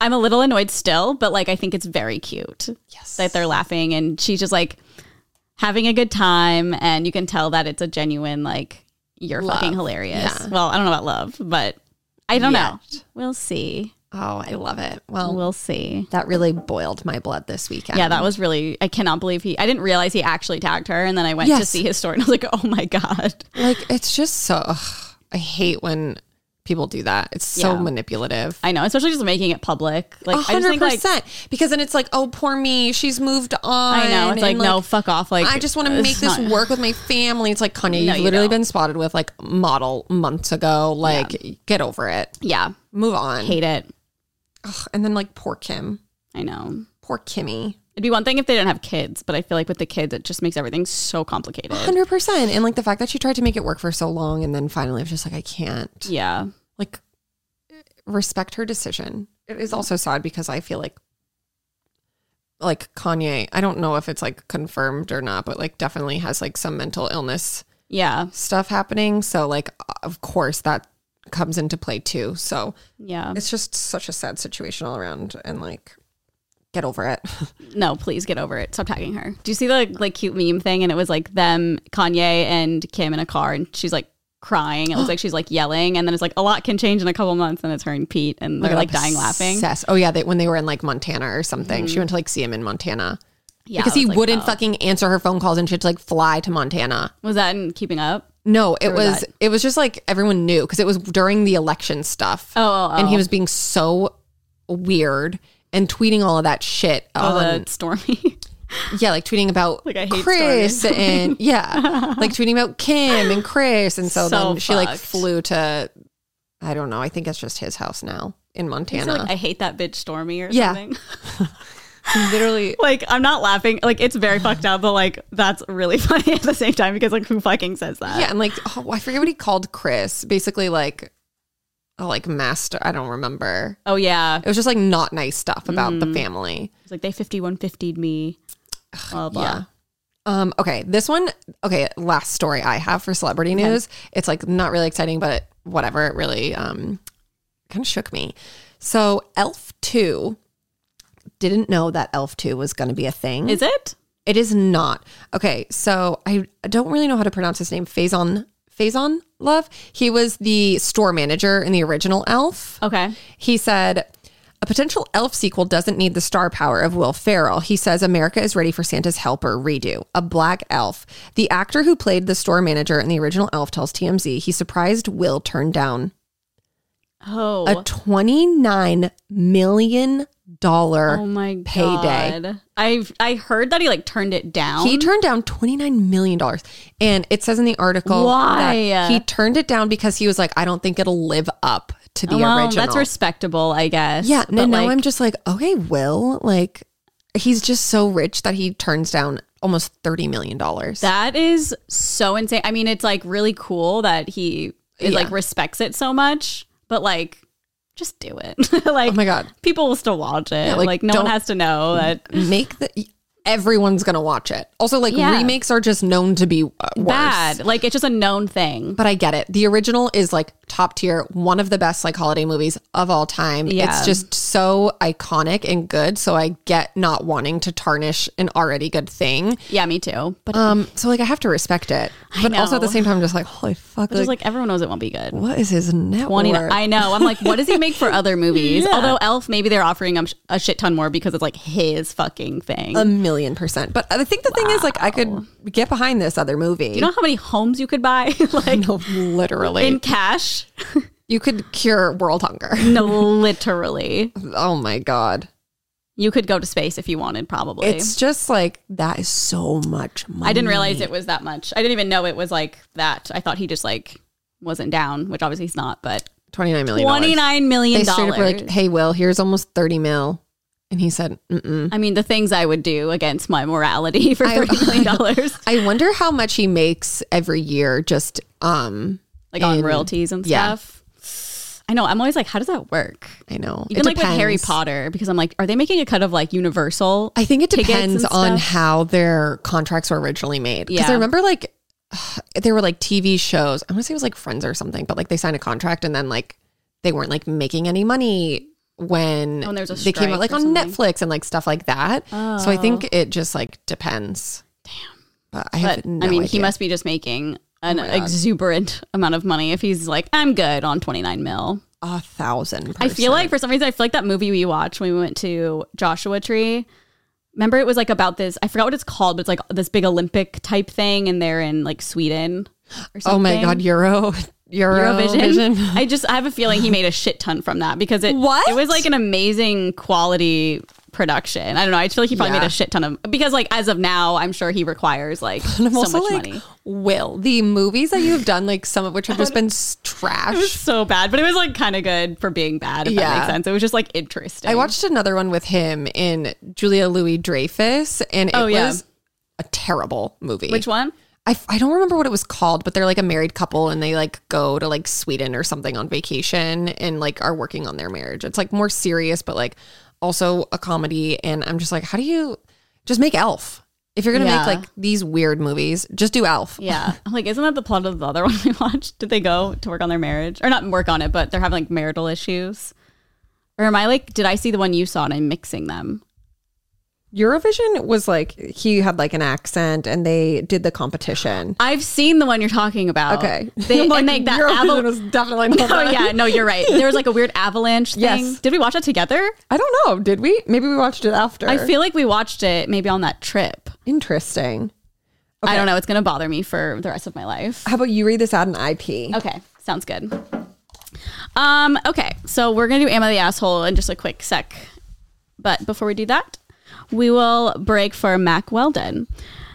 B: I'm a little annoyed still, but like I think it's very cute.
A: Yes.
B: that they're laughing and she's just like having a good time, and you can tell that it's a genuine like you're fucking hilarious.
A: Yeah.
B: Well, I don't know about love, but I don't know.
A: Yet.
B: We'll see.
A: Oh, I love it. Well,
B: We'll see.
A: that really boiled my blood this weekend.
B: Yeah, that was really. I cannot believe he. I didn't realize he actually tagged her, and then I went to
A: Yes.
B: see his story, and I was like, "Oh my god!"
A: like it's just so ugh, I hate when people do that. It's so
B: Yeah.
A: manipulative.
B: I know, especially just making it public. Like,
A: A
B: I just
A: hundred
B: think like
A: percent. Because then it's like, oh, poor me. She's moved on.
B: I know.
A: and,
B: It's like, no, fuck off. Like,
A: I just want to
B: it's
A: make this
B: not-
A: work with my family. It's like, Kanye,
B: No,
A: you've
B: you
A: literally
B: don't.
A: been spotted with like model months ago. Like, get over it.
B: Yeah,
A: Move on.
B: hate it.
A: Ugh, and then like, poor Kim,
B: I know.
A: poor Kimmy,
B: It'd be one thing if they didn't have kids, but I feel like with the kids, it just makes everything so complicated.
A: hundred percent. And like the fact that she tried to make it work for so long, and then finally was just like, I can't.
B: Yeah.
A: Like, respect her decision. It is also sad because I feel like. Like Kanye, I don't know if it's like confirmed or not, but like definitely has like some mental illness
B: Yeah.
A: stuff happening. So, like, of course, that comes into play too. So,
B: Yeah.
A: it's just such a sad situation all around. And, like, get over it.
B: No, please get over it. Stop tagging her. Do you see the like cute meme thing? And it was like them, Kanye and Kim in a car, and she's like crying. It looks like she's like yelling, and then it's like a lot can change in a couple months, and it's her and Pete, and they're
A: Oh God,
B: like dying laughing. Mm-hmm.
A: obsessed. Oh yeah, they, when they were in like Montana or something, she went to like see him in Montana.
B: Yeah,
A: because
B: I was
A: he
B: like,
A: wouldn't
B: oh.
A: fucking answer her phone calls and she had to like fly to Montana.
B: Was that in Keeping Up?
A: No, it was
B: that.
A: it was just like everyone knew because it was during the election stuff.
B: Oh, oh,
A: and he was being so weird and tweeting all of that shit
B: Oh,
A: on
B: the Stormy.
A: yeah, like tweeting about
B: Like, I hate
A: Chris and yeah, like tweeting about Kim and Chris, and so,
B: So
A: then she like
B: fucked.
A: flew to I don't know. I think it's just his house now in
B: He's
A: Montana.
B: like, I hate that bitch Stormy or
A: Yeah.
B: something.
A: Literally,
B: like I'm not laughing. Like it's very fucked up, but like that's really funny at the same time because like who fucking says that?
A: yeah, and like oh, I forget what he called Chris. Basically, like oh, like master. I don't remember.
B: Oh yeah.
A: It was just like not nice stuff about
B: Mm.
A: the family.
B: It's like they 5150'd me. Blah blah.
A: Yeah. Um, okay, this one. Okay, last story I have for celebrity news. It's like not really exciting, but whatever. It really um, kind of shook me. So Elf Two didn't know that Elf Two was going to be a thing.
B: Is it?
A: it is not. Okay, so I don't really know how to pronounce his name. Faison Faison Love. He was the store manager in the original Elf.
B: Okay.
A: He said, a potential elf sequel doesn't need the star power of Will Ferrell. He says America is ready for Santa's helper redo, a black elf. The actor who played the store manager in the original Elf tells TMZ he surprised Will turned down
B: Oh.
A: a $29 million
B: oh my god.
A: payday.
B: I've I heard that he like turned it down.
A: He turned down $29 million. And it says in the article
B: Why?
A: that he turned it down because he was like, I don't think it'll live up to the
B: Well,
A: original.
B: That's respectable, I guess.
A: Yeah, no,
B: But,
A: now
B: like,
A: I'm just like, okay, Will, like, he's just so rich that he turns down almost thirty million dollars.
B: That is so insane. I mean, it's like really cool that he
A: Yeah.
B: is, like respects it so much, but like just do it. like
A: Oh my god,
B: people will still watch it.
A: like,
B: like, no one
A: don't-
B: has to know that
A: make the everyone's gonna watch it. Also, like
B: Yeah.
A: remakes are just known to be uh, worse.
B: bad. Like it's just a known thing.
A: But I get it. The original is like top tier, one of the best like holiday movies of all time.
B: Yeah.
A: It's just so iconic and good. So I get not wanting to tarnish an already good thing.
B: Yeah, me too. But
A: Um, so like I have to respect it, but also at the
B: know.
A: same time, just like holy fuck,
B: it's just
A: like,
B: like everyone knows it won't be good.
A: what is his net
B: Twenty.
A: worth?
B: I know. I'm like, what does he make for other movies? Although Elf, maybe they're offering him sh- a shit ton more because it's like his fucking thing.
A: a million percent. But I think the thing is, like, I could get behind this other movie.
B: you know how many homes you could buy, like
A: literally,
B: in cash?
A: you could cure world hunger.
B: No, literally.
A: oh my god,
B: You could go to space if you wanted. Probably.
A: it's just like that is so much money.
B: I didn't realize it was that much. I didn't even know it was like that. I thought he just like wasn't down, which obviously he's not. But
A: twenty nine million.
B: twenty nine
A: They
B: million
A: straight up
B: dollars.
A: were like, "Hey, Will, here's almost thirty mil," and he said, Mm-mm.
B: I mean, the things I would do against my morality for
A: I-
B: thirty million dollars,
A: "I wonder how much he makes every year." Just um,
B: like on
A: In-
B: royalties and
A: yeah.
B: stuff. I know. I'm always like, how does that work?
A: I know
B: Even
A: It
B: like with Harry
A: depends.
B: Potter, because I'm like, are they making a cut of like Universal?
A: I think it
B: tickets
A: depends
B: and
A: on
B: stuff?
A: how their contracts were originally made. Because I
B: Yeah.
A: remember like there were like TV shows. I want to say it was like Friends or something, but like they signed a contract and then like they weren't like making any money when
B: Oh, and there was a
A: they came out like
B: strike or
A: on
B: something. Oh.
A: Netflix and like stuff like that. So I think it just like depends. Damn. But I have
B: But
A: no
B: I mean,
A: idea. Oh
B: he must be just making an
A: my God.
B: exuberant amount of money if he's like, I'm good on 29 mil.
A: a thousand. Percent.
B: I feel like for some reason I feel like that movie we watched when we went to Joshua Tree. Remember it was like about this I forgot what it's called, but it's like this big Olympic type thing and they're in like Sweden
A: oh
B: or something.
A: my god, Euro Euro
B: Eurovision.
A: Vision.
B: I just I have a feeling he made a shit ton from that because it
A: What?
B: it was like an amazing quality production. I don't know. I just feel like he probably
A: Yeah.
B: made a shit ton of because like as of now, I'm sure he requires like so
A: And I'm
B: much
A: also like,
B: money.
A: Will the movies that you have done, like some of which have just been s- trash.
B: It was so bad, but it was like kind of good for being bad. If
A: Yeah.
B: that makes sense, it was just like interesting.
A: I watched another one with him in Julia Louis Dreyfus, and it
B: Oh, yeah.
A: was a terrible movie.
B: which one?
A: I, f- I don't remember what it was called, but they're like a married couple and they like go to like Sweden or something on vacation and like are working on their marriage. It's like more serious, but like also a comedy. And I'm just like, how do you just make Elf? If you're gonna
B: Yeah.
A: make like these weird movies, just do Elf.
B: Yeah. I'm like, isn't that the plot of the other one we watched? Did they go to work on their marriage? Or not work on it, but they're having like marital issues? Or am I like, did I see the one you saw and I'm mixing them?
A: Eurovision was like he had like an accent and they did the competition.
B: I've seen the one you're talking about.
A: Okay.
B: Oh. They,
A: Like,
B: and like that
A: Eurovision
B: avalanche.
A: was definitely not
B: Oh
A: that.
B: yeah, no, you're right. There was like a weird avalanche thing.
A: Yes.
B: Did we watch it together?
A: I don't know. Did we? Maybe we watched it after.
B: I feel like we watched it maybe on that trip.
A: interesting.
B: I don't know. It's going to bother me for the rest of my life.
A: How about you read this out in IP?
B: Okay. Sounds good. Um, okay. So we're going to do Am I the Asshole in just a quick sec. But before we do that, we will break for Mac Weldon.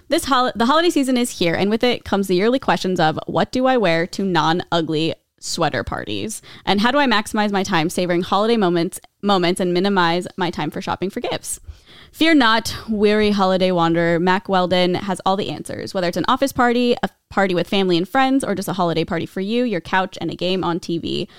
B: This hol- the holiday season is here, and with it comes the yearly questions of what do I wear to non ugly sweater parties, and how do I maximize my time savoring holiday moments moments and minimize my time for shopping for gifts. Fear not, weary holiday wanderer. Mac Weldon has all the answers. Whether it's an office party, a party with family and friends, or just a holiday party for you, your couch, and a game on TV.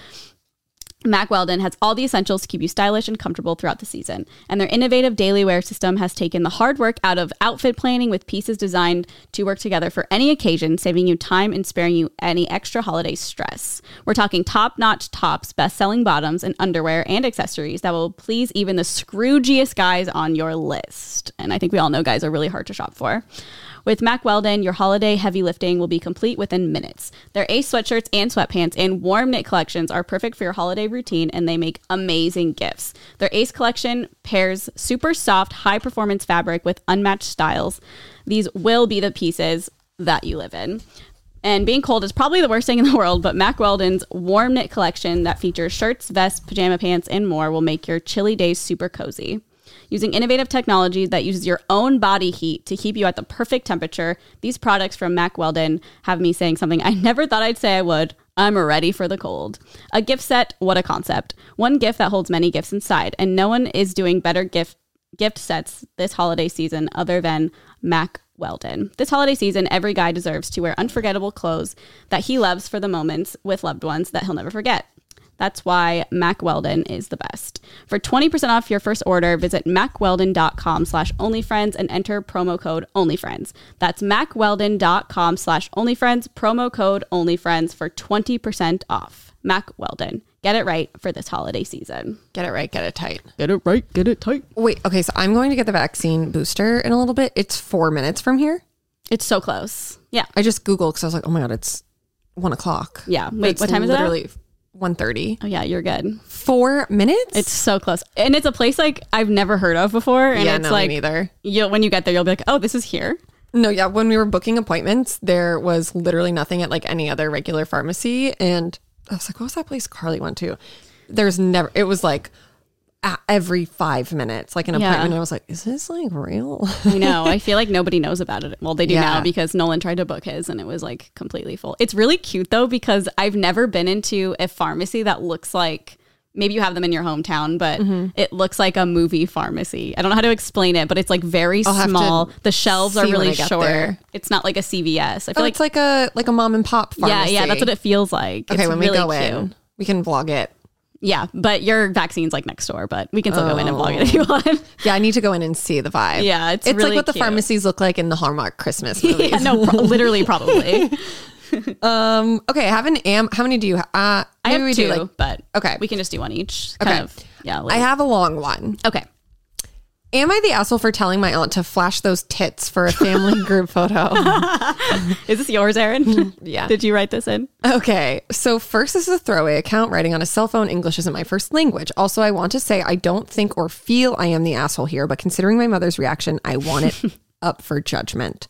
B: Mac Weldon has all the essentials to keep you stylish and comfortable throughout the season. And their innovative daily wear system has taken the hard work out of outfit planning with pieces designed to work together for any occasion, saving you time and sparing you any extra holiday stress. We're talking top notch tops, best selling bottoms, and underwear and accessories that will please even the scroogiest guys on your list. And I think we all know guys are really hard to shop for. With Mac Weldon, your holiday heavy lifting will be complete within minutes. Their ace sweatshirts and sweatpants and warm knit collections are perfect for your holiday routine and they make amazing gifts. Their ace collection pairs super soft, high performance fabric with unmatched styles. These will be the pieces that you live in. And being cold is probably the worst thing in the world, but Mac Weldon's warm knit collection that features shirts, vests, pajama pants, and more will make your chilly days super cozy. Using innovative technology that uses your own body heat to keep you at the perfect temperature, these products from Mac Weldon have me saying something I never thought I'd say I would. I'm ready for the cold. A gift set, what a concept. One gift that holds many gifts inside, and no one is doing better gift gift sets this holiday season other than Mac Weldon. This holiday season, every guy deserves to wear unforgettable clothes that he loves for the moments with loved ones that he'll never forget. That's why Mac Weldon is the best. For 20% off your first order, visit macweldon.com slash onlyfriends and enter promo code onlyfriends. That's macweldon.com slash onlyfriends, promo code onlyfriends for 20% off. Mac Weldon. Get it right for this holiday season.
A: Get it right, get it tight.
B: Get it right, get it tight.
A: Wait, okay, so I'm going to get the vaccine booster in a little bit. It's four minutes from here.
B: It's so close. Yeah.
A: I just Googled because I was like, oh my God, it's one o'clock.
B: Yeah.
A: But
B: Wait,
A: it's
B: what time is it at?
A: literally it? One thirty.
B: Oh yeah, you're good.
A: Four minutes?
B: It's so close, and it's a place like I've never heard of before. And
A: yeah,
B: it's
A: no, me
B: like
A: neither.
B: you when you get there, you'll be like, "Oh, this is here."
A: No, yeah. When we were booking appointments, there was literally nothing at like any other regular pharmacy. And I was like, what was that place Carly went to? There's never, it was like a- every five minutes, like an
B: Yeah.
A: appointment. And I was like, is this like real?
B: I know. I feel like nobody knows about it. Well, they do
A: Yeah.
B: now because Nolan tried to book his, and it was like completely full. It's really cute though because I've never been into a pharmacy that looks like. Maybe you have them in your hometown, but
A: Mm-hmm.
B: it looks like a movie pharmacy. I don't know how to explain it, but it's like very
A: have to
B: small. The shelves are
A: see when
B: really
A: I get
B: short.
A: there.
B: It's not like a CVS. I
A: Oh,
B: feel like,
A: it's like a like a mom and pop
B: yeah,
A: pharmacy.
B: yeah, that's what it feels like.
A: Okay,
B: It's
A: when we
B: really
A: go
B: cute.
A: in, we can vlog it.
B: Yeah, but your vaccine's like next door, but we can still go in and vlog it if
A: Oh.
B: you want.
A: Yeah, I need to go in and see the vibe.
B: Yeah, it's
A: it's
B: really
A: like what the
B: cute.
A: pharmacies look like in the Hallmark Christmas movies.
B: yeah, no, pro- literally, probably.
A: Um, okay, I have an am. How many do you? Ha- uh,
B: I
A: maybe
B: have
A: we
B: two,
A: do like.
B: but
A: Okay.
B: we can just do one each.
A: Okay.
B: Kind of, yeah.
A: I
B: like-
A: have a long one.
B: okay.
A: Am I the asshole for telling my aunt to flash those tits for a family group photo?
B: Is this yours, Erin?
A: yeah.
B: Did you write this in?
A: Okay, so first this is a throwaway account. Writing on a cell phone, English isn't my first language. Also, I want to say I don't think or feel I am the asshole here, but considering my mother's reaction, I want it up for judgment.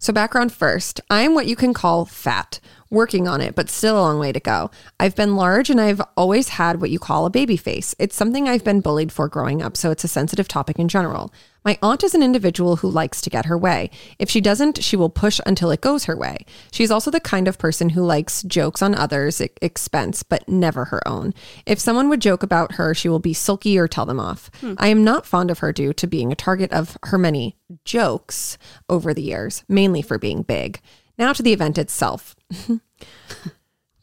A: So, background first I am what you can call fat, working on it, but still a long way to go. I've been large and I've always had what you call a baby face. It's something I've been bullied for growing up, so it's a sensitive topic in general. My aunt is an individual who likes to get her way. If she doesn't, she will push until it goes her way. She's also the kind of person who likes jokes on others' e- expense, but never her own. If someone would joke about her, she will be sulky or tell them off. I am not fond of her due to being a target of her many jokes over the years, mainly for being big. Now to the event itself.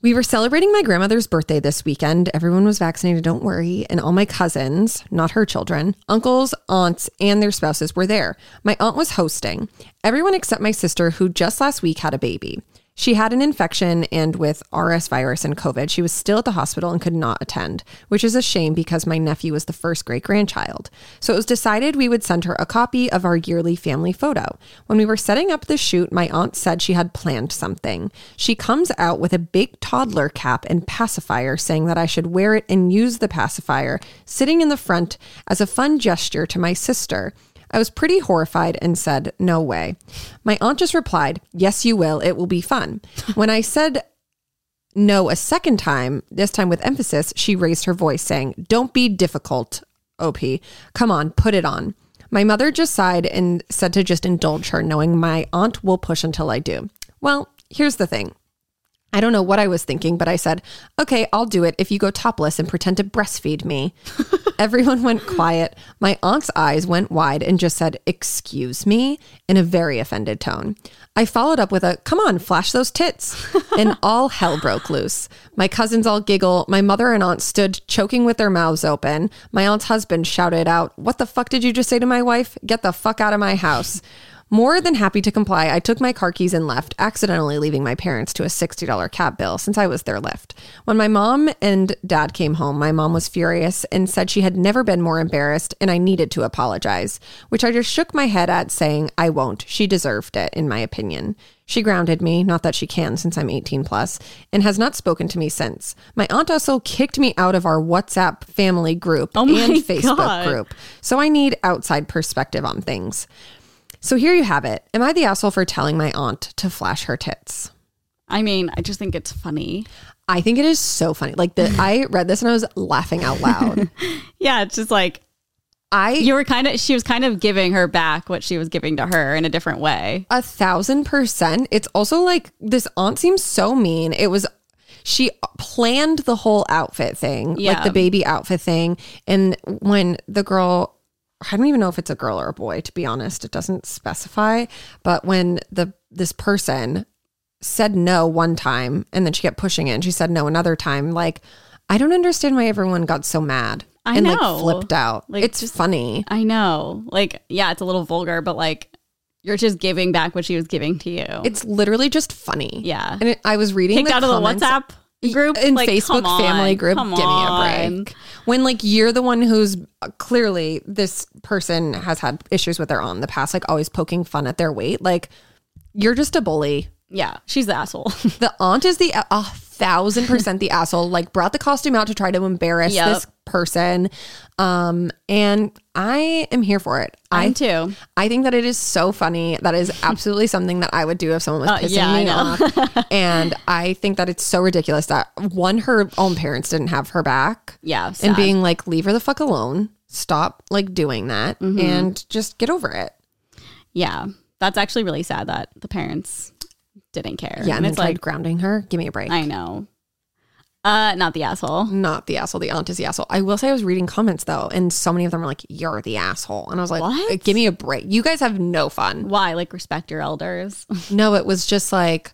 A: We were celebrating my grandmother's birthday this weekend. Everyone was vaccinated, don't worry. And all my cousins, not her children, uncles, aunts, and their spouses were there. My aunt was hosting. Everyone except my sister, who just last week had a baby. She had an infection, and with RS virus and COVID, she was still at the hospital and could not attend, which is a shame because my nephew was the first great grandchild. So it was decided we would send her a copy of our yearly family photo. When we were setting up the shoot, my aunt said she had planned something. She comes out with a big toddler cap and pacifier, saying that I should wear it and use the pacifier, sitting in the front as a fun gesture to my sister. I was pretty horrified and said, No way. My aunt just replied, Yes, you will. It will be fun. When I said no a second time, this time with emphasis, she raised her voice, saying, Don't be difficult, OP. Come on, put it on. My mother just sighed and said to just indulge her, knowing my aunt will push until I do. Well, here's the thing. I don't know what I was thinking, but I said, okay, I'll do it if you go topless and pretend to breastfeed me. Everyone went quiet. My aunt's eyes went wide and just said, excuse me, in a very offended tone. I followed up with a, come on, flash those tits. And all hell broke loose. My cousins all giggle. My mother and aunt stood choking with their mouths open. My aunt's husband shouted out, what the fuck did you just say to my wife? Get the fuck out of my house. More than happy to comply, I took my car keys and left, accidentally leaving my parents to a $60 cab bill since I was their lift. When my mom and dad came home, my mom was furious and said she had never been more embarrassed and I needed to apologize, which I just shook my head at, saying, I won't. She deserved it, in my opinion. She grounded me, not that she can since I'm 18 plus, and has not spoken to me since. My aunt also kicked me out of our WhatsApp family group
B: Oh my
A: and Facebook
B: God.
A: group, so I need outside perspective on things. So here you have it. Am I the asshole for telling my aunt to flash her tits?
B: I mean, I just think it's funny.
A: I think it is so funny. Like the I read this and I was laughing out loud.
B: Yeah, it's just like
A: I
B: you were kind of she was kind of giving her back what she was giving to her in a different way.
A: a thousand percent. It's also like this aunt seems so mean. It was she planned the whole outfit thing, like
B: Yeah.
A: the baby outfit thing. And when the girl I don't even know if it's a girl or a boy, to be honest. It doesn't specify. But when the this person said no one time and then she kept pushing it and she said no another time, like I don't understand why everyone got so mad
B: I
A: and
B: know.
A: like flipped out.
B: Like,
A: it's
B: just-
A: funny.
B: I know. Like, yeah, it's a little vulgar, but like you're just giving back what she was giving to you.
A: It's literally just funny.
B: Yeah.
A: And it, I was reading
B: Kicked
A: the
B: out of the
A: comments
B: WhatsApp group
A: in
B: Like,
A: Facebook
B: come on,
A: family group.
B: come
A: Give me a
B: on.
A: break. When like you're the one who's uh, clearly this person has had issues with their own in the past, like always poking fun at their weight. Like you're just a bully.
B: Yeah, she's the asshole.
A: The aunt is the a a thousand percent the asshole. Like brought the costume out to try to embarrass
B: Yep.
A: this person. Um, and I am here for it. I
B: I'm too.
A: I think that it is so funny. That is absolutely something that I would do if someone was pissing
B: Uh, yeah, I
A: me off. and I think that it's so ridiculous that one, her own parents didn't have her back.
B: Yeah, sad.
A: And being like, leave her the fuck alone. Stop like doing that
B: Mm-hmm.
A: and just get over it.
B: yeah, that's actually really sad that the parents didn't care.
A: Yeah.
B: and
A: And, then
B: it's
A: tried
B: like
A: grounding her. Give me a break.
B: I know. Uh, not the asshole.
A: Not the asshole. The aunt is the asshole. I will say I was reading comments though, and so many of them were like, you're the asshole. And I was like,
B: What?
A: give me a break. You guys have no fun.
B: Why? Like respect your elders.
A: No, it was just like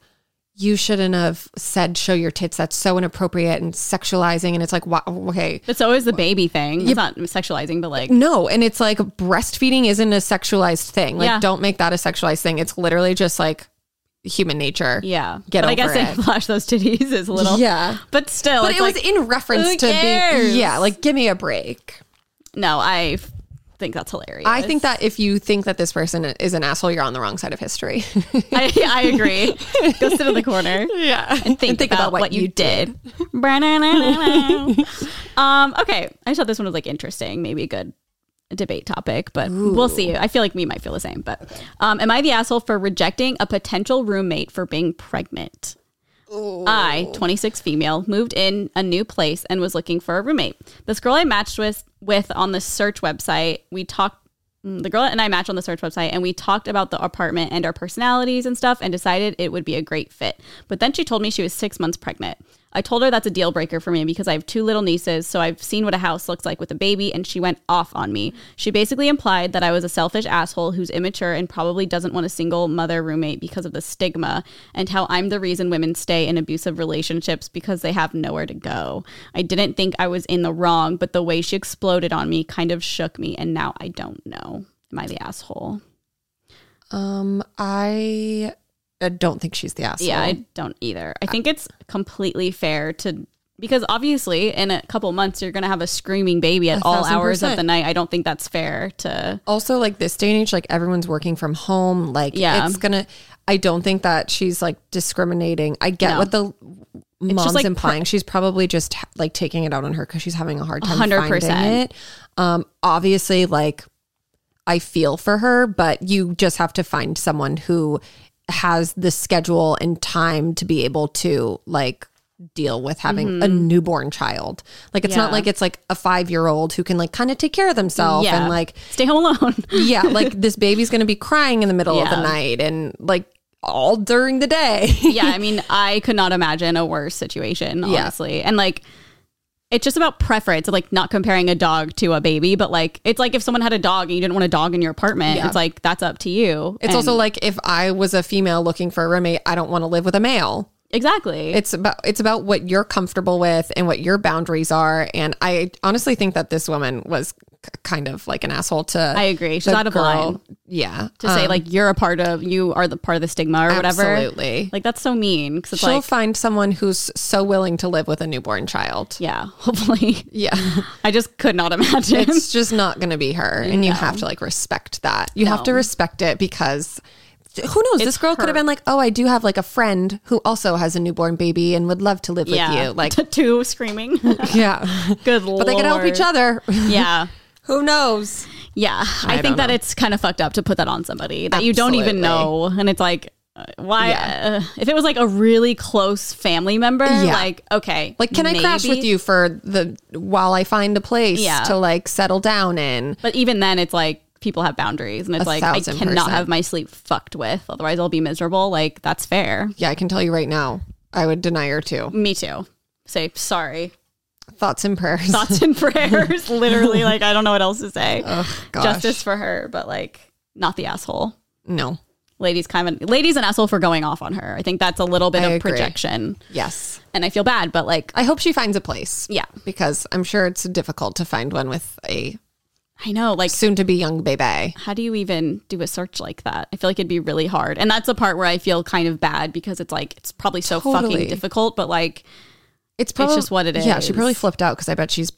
A: you shouldn't have said show your tits. That's so inappropriate and sexualizing. And it's like, wow, okay.
B: It's always the baby thing. It's not sexualizing, but like
A: No, and it's like breastfeeding isn't a sexualized thing. Like,
B: Yeah.
A: don't make that a sexualized thing. It's literally just like human nature.
B: yeah.
A: Get
B: but I
A: over
B: guess they
A: it.
B: flash those titties is a little
A: Yeah.
B: But still,
A: But
B: it's
A: it
B: like,
A: was in reference
B: who
A: to
B: cares?
A: being, yeah, like give me a break.
B: no. I f- think that's hilarious.
A: I think that if you think that this person is an asshole, you're on the wrong side of history.
B: I, I agree. Go sit in the corner.
A: yeah.
B: and think, about, what, you did. um, okay, I just thought this one was like interesting, maybe a good debate topic, but we'll see. I feel like we might feel the same. But um, am I the asshole for rejecting a potential roommate for being pregnant? I, 26 female, moved in a new place and was looking for a roommate. This girl I matched with with on the search website, we talked mm, the girl and I matched on the search website and we talked about the apartment and our personalities and stuff and decided it would be a great fit. But then she told me she was 6 months pregnant. I told her that's a deal breaker for me because I have two little nieces, so I've seen what a house looks like with a baby and she went off on me. She basically implied that I was a selfish asshole who's immature and probably doesn't want a single mother roommate because of the stigma and how I'm the reason women stay in abusive relationships because they have nowhere to go. I didn't think I was in the wrong, but the way she exploded on me kind of shook me and now I don't know. Am I the asshole?
A: Um, I I don't think she's the asshole.
B: Yeah, I don't either. I think it's completely fair to because obviously in a couple months you're gonna have a screaming baby at all
A: thousand
B: hours of
A: percent.
B: the night. I don't think that's fair to
A: also like this day and age like everyone's working from home like
B: Yeah.
A: it's gonna i don't think that she's like discriminating i get
B: No.
A: what the mom's
B: like
A: implying she's probably just ha- like taking it out on her because she's having a hard time
B: 100%.
A: finding it um obviously like i feel for her but you just have to find someone who has the schedule and time to be able to like deal with having a newborn child like it's not
B: Mm-hmm. Yeah.
A: like it's like a five year old who can like kind of take care of themselves
B: yeah,
A: and like
B: stay home alone.
A: yeah, like this baby's gonna be crying in the middle of the
B: Yeah.
A: night and like all during the day.
B: yeah, I mean, I could not imagine a worse situation,
A: Yeah.
B: honestly. And like, it's just about preference, like not comparing a dog to a baby, but like, it's like if someone had a dog and you didn't want a dog in your apartment,
A: Yeah.
B: it's like that's up to you.
A: It's
B: And-
A: also like if I was a female looking for a roommate, I don't want to live with a male.
B: exactly.
A: It's about it's about what you're comfortable with and what your boundaries are. And I honestly think that this woman was k- kind of like an asshole to.
B: I agree. She's out of line
A: Yeah, um,
B: to say like you're a part of, you are the part of the stigma or whatever.
A: absolutely.
B: Like that's so mean because it's
A: She'll
B: like,
A: find someone who's so willing to live with a newborn child.
B: yeah, hopefully.
A: yeah.
B: I just could not imagine.
A: it's just not going to be her and you have to like respect that you have to respect it because who knows this girl could
B: her.
A: have been like oh i do have like a friend who also has a newborn baby and would love to live
B: yeah,
A: with you like
B: two screaming. Good
A: yeah
B: lord.
A: but they could help each other
B: Yeah.
A: who knows
B: Yeah, I,
A: don't
B: think that it's kind of fucked up to put that on somebody that you don't
A: Absolutely.
B: even know, and it's like, uh, why? Uh, if it was like a really close family member,
A: Yeah.
B: like okay,
A: like can i crash
B: maybe.
A: with you for the while i find a place
B: Yeah.
A: to like settle down in
B: But even then, it's like people have boundaries, and it's like I
A: thousand
B: cannot
A: percent.
B: have my sleep fucked with, otherwise I'll be miserable. Like that's fair.
A: yeah i can tell you right now i would deny her too
B: Me too. Say sorry.
A: thoughts and prayers
B: Thoughts and prayers. Literally, like I don't know what else to say.
A: oh gosh
B: Justice for her, but like not the asshole.
A: no
B: Ladies kind of ladies an asshole for going off on her. I think that's a little bit
A: I
B: of
A: agree.
B: projection.
A: yes
B: and I feel bad, but like,
A: i hope she finds a place
B: yeah,
A: because i'm sure it's difficult to find one with a
B: I know. Like,
A: soon to be young baby.
B: how do you even do a search like that? I feel like it'd be really hard. And that's the part where I feel kind of bad because it's like, it's probably so
A: Totally.
B: fucking difficult, but like,
A: It's
B: probab- just what it
A: Yeah, she probably
B: is.
A: flipped out because I bet she's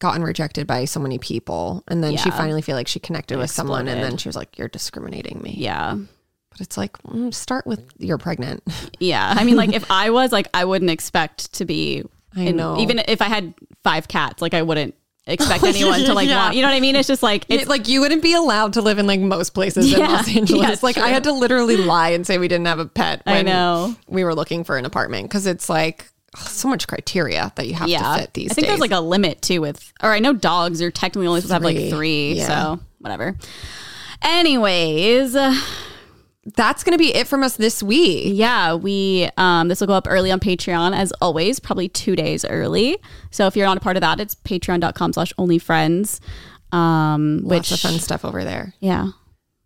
A: gotten rejected by so many people, and then she
B: Yeah.
A: finally feel like she connected with someone, and
B: Exploded.
A: then she was like, "You're discriminating me."
B: yeah.
A: But it's like, mm, start with you're pregnant.
B: Yeah. I mean, like, if I was, like, I wouldn't expect to be,
A: I know.
B: even if I had five cats, like, I wouldn't expect anyone to like
A: Yeah.
B: want, you know what I mean? It's just like, it's,
A: It's like you wouldn't be allowed to live in like most places in
B: Yeah.
A: Los Angeles.
B: Yeah,
A: like I
B: true.
A: had to literally lie and say we didn't have a pet.
B: I know.
A: we were looking for an apartment because it's like ugh, so much criteria that you have
B: yeah.
A: to fit these
B: I think
A: days.
B: there's like a limit too with, or I know dogs are technically only supposed to have like
A: Three.
B: three,
A: Yeah.
B: so whatever. Anyways,
A: That's gonna be it from us this week.
B: Yeah, we um, this will go up early on Patreon as always, probably two days early. So if you're not a part of that, it's patreon.com slash only friends. Um
A: Lots of
B: which
A: fun stuff over there.
B: yeah.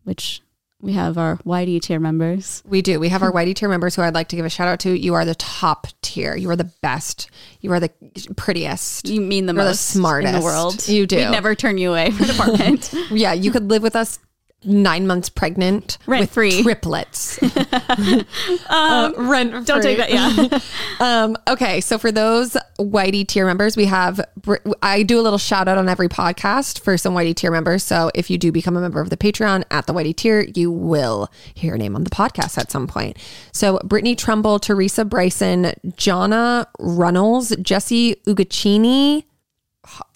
B: Which we have our YD tier members.
A: We do. We have our Whitey tier members who I'd like to give a shout out to. You are the top tier. You are the best. You are the prettiest.
B: You mean the
A: You're the
B: most in
A: smartest.
B: the world.
A: You do.
B: We never turn you away from an apartment.
A: Yeah, you could live with us nine months pregnant,
B: Rent
A: with
B: free.
A: triplets. Uh, rent.
B: Don't
A: free.
B: take that. Yeah.
A: Um, okay, so for those Whitey tier members, we have Br- I do a little shout out on every podcast for some Whitey tier members. So if you do become a member of the Patreon at the Whitey tier, you will hear your name on the podcast at some point. So Brittany Trumbull, Teresa Bryson, Jonna Runnels, Jesse Uguccini.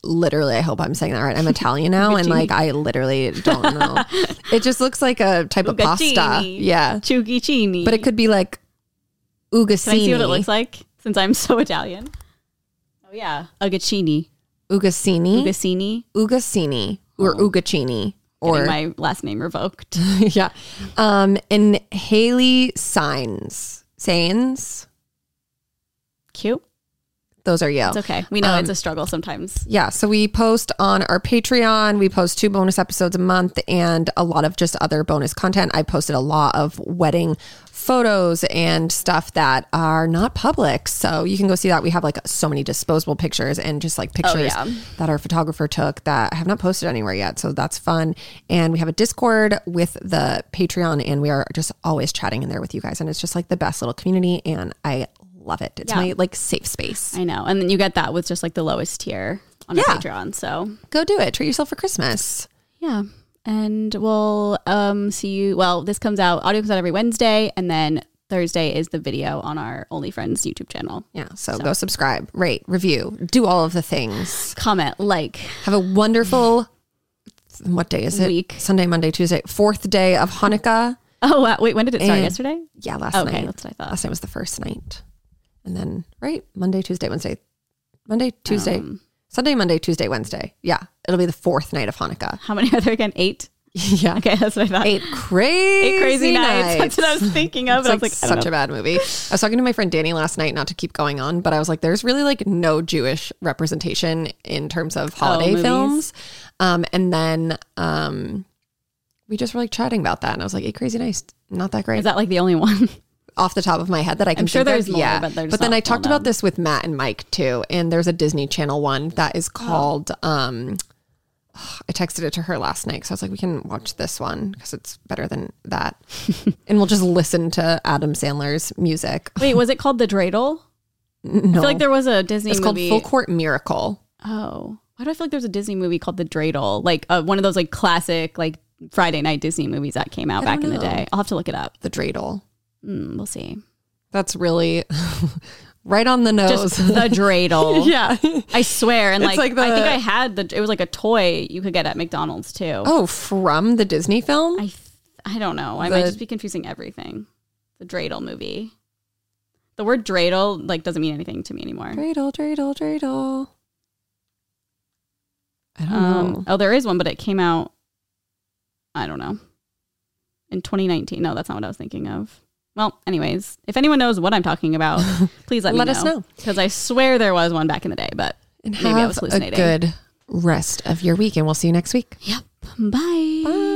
A: Literally, I hope I'm saying that right. I'm Italian now, and like I literally don't know. it just looks like a type of pasta.
B: Uguccini.
A: Yeah,
B: Chugicini.
A: but it could be like uguccini.
B: Can I see what it looks like since I'm so Italian? Oh yeah. Ugaccini.
A: Uguccini.
B: Ugassini.
A: Ugassini or Ugaccini
B: Or
A: or
B: Oh. my last name revoked.
A: yeah, um, and Haley Signs Sains.
B: Cute.
A: Those are you.
B: It's okay. We know it's a struggle sometimes.
A: Yeah, so we post on our Patreon. We post two bonus episodes a month and a lot of just other bonus content. I posted a lot of wedding photos and stuff that are not public. So you can go see that. We have like so many disposable pictures and just like pictures
B: Oh, yeah.
A: that our photographer took that I have not posted anywhere yet. So that's fun. And we have a Discord with the Patreon, and we are just always chatting in there with you guys. And it's just like the best little community. And I love it. It's
B: Yeah.
A: my like safe space.
B: I know. And then you get that with just like the lowest tier on a
A: Yeah.
B: Patreon. So
A: Go do it. Treat yourself for Christmas.
B: yeah. And we'll um see you well, this comes out audio comes out every Wednesday and then Thursday is the video on our Only Friends YouTube channel.
A: Yeah. So, go subscribe, rate, review, do all of the things.
B: Comment, like
A: Have a wonderful, what day is it?
B: Week.
A: Sunday, Monday, Tuesday, fourth day of Hanukkah.
B: Oh wow. wait, when did it start?
A: And-
B: Yesterday?
A: Yeah, last
B: Okay,
A: night.
B: that's what I thought.
A: Last night was the first night. And then, right? Monday, Tuesday, Wednesday. Monday, Tuesday.
B: Um,
A: Sunday, Monday, Tuesday, Wednesday. Yeah. Ittle be the fourth night of Hanukkah.
B: How many are there again? Eight?
A: yeah.
B: Okay, that's what I thought.
A: Eight crazy,
B: Eight crazy nights.
A: nights.
B: That's what I was thinking of.
A: It's
B: and
A: like,
B: I was like, I don't
A: such
B: know.
A: a bad movie. I was talking to my friend Danny last night, not to keep going on, but I was like, there's really like no Jewish representation in terms of holiday
B: Oh, movies.
A: films. Um, and then um, we just were like chatting about that, and I was like, "Eight Crazy Nice, not that great."
B: is that like the only one?
A: off the top of my head that I can.
B: sure
A: think of.
B: there's more,
A: yeah.
B: but they're just
A: then
B: not
A: I talked
B: well
A: about this with Matt and Mike too, and there's a Disney Channel one that
B: Oh.
A: is called. Um, I texted it to her last night, so I was like, "We can watch this one because it's better than that," and we'll just listen to Adam Sandler's music.
B: Wait, was it called The Dreidel?
A: No,
B: I feel like there was a Disney
A: it's called
B: movie.
A: Full Court Miracle.
B: Oh, why do I feel like there's a Disney movie called The Dreidel? Like uh, one of those like classic like Friday night Disney movies that came out
A: I don't
B: back in the
A: know.
B: day. I'll have to look it up.
A: The dreidel.
B: Mm, we'll see.
A: That's really right on the nose.
B: Just The Dreidel.
A: yeah.
B: I swear. And
A: It's
B: like,
A: like
B: I think
A: the-
B: I had the. It was like a toy you could get at McDonald's too.
A: Oh, from the Disney film.
B: I th- I don't know. I might
A: The-
B: just be confusing everything. The Dreidel movie. The word dreidel like doesn't mean anything to me anymore.
A: Dreidel, dreidel, dreidel. I don't know.
B: Um, oh, there is one, but it came out. I don't know. In 2019. No, that's not what I was thinking of. Well, anyways, if anyone knows what I'm talking about, please let,
A: Let
B: me
A: us know.
B: because I swear there was one back in the day, but
A: And
B: maybe I was
A: have
B: hallucinating.
A: A good rest of your week, and we'll see you next week.
B: Yep. Bye.
A: Bye.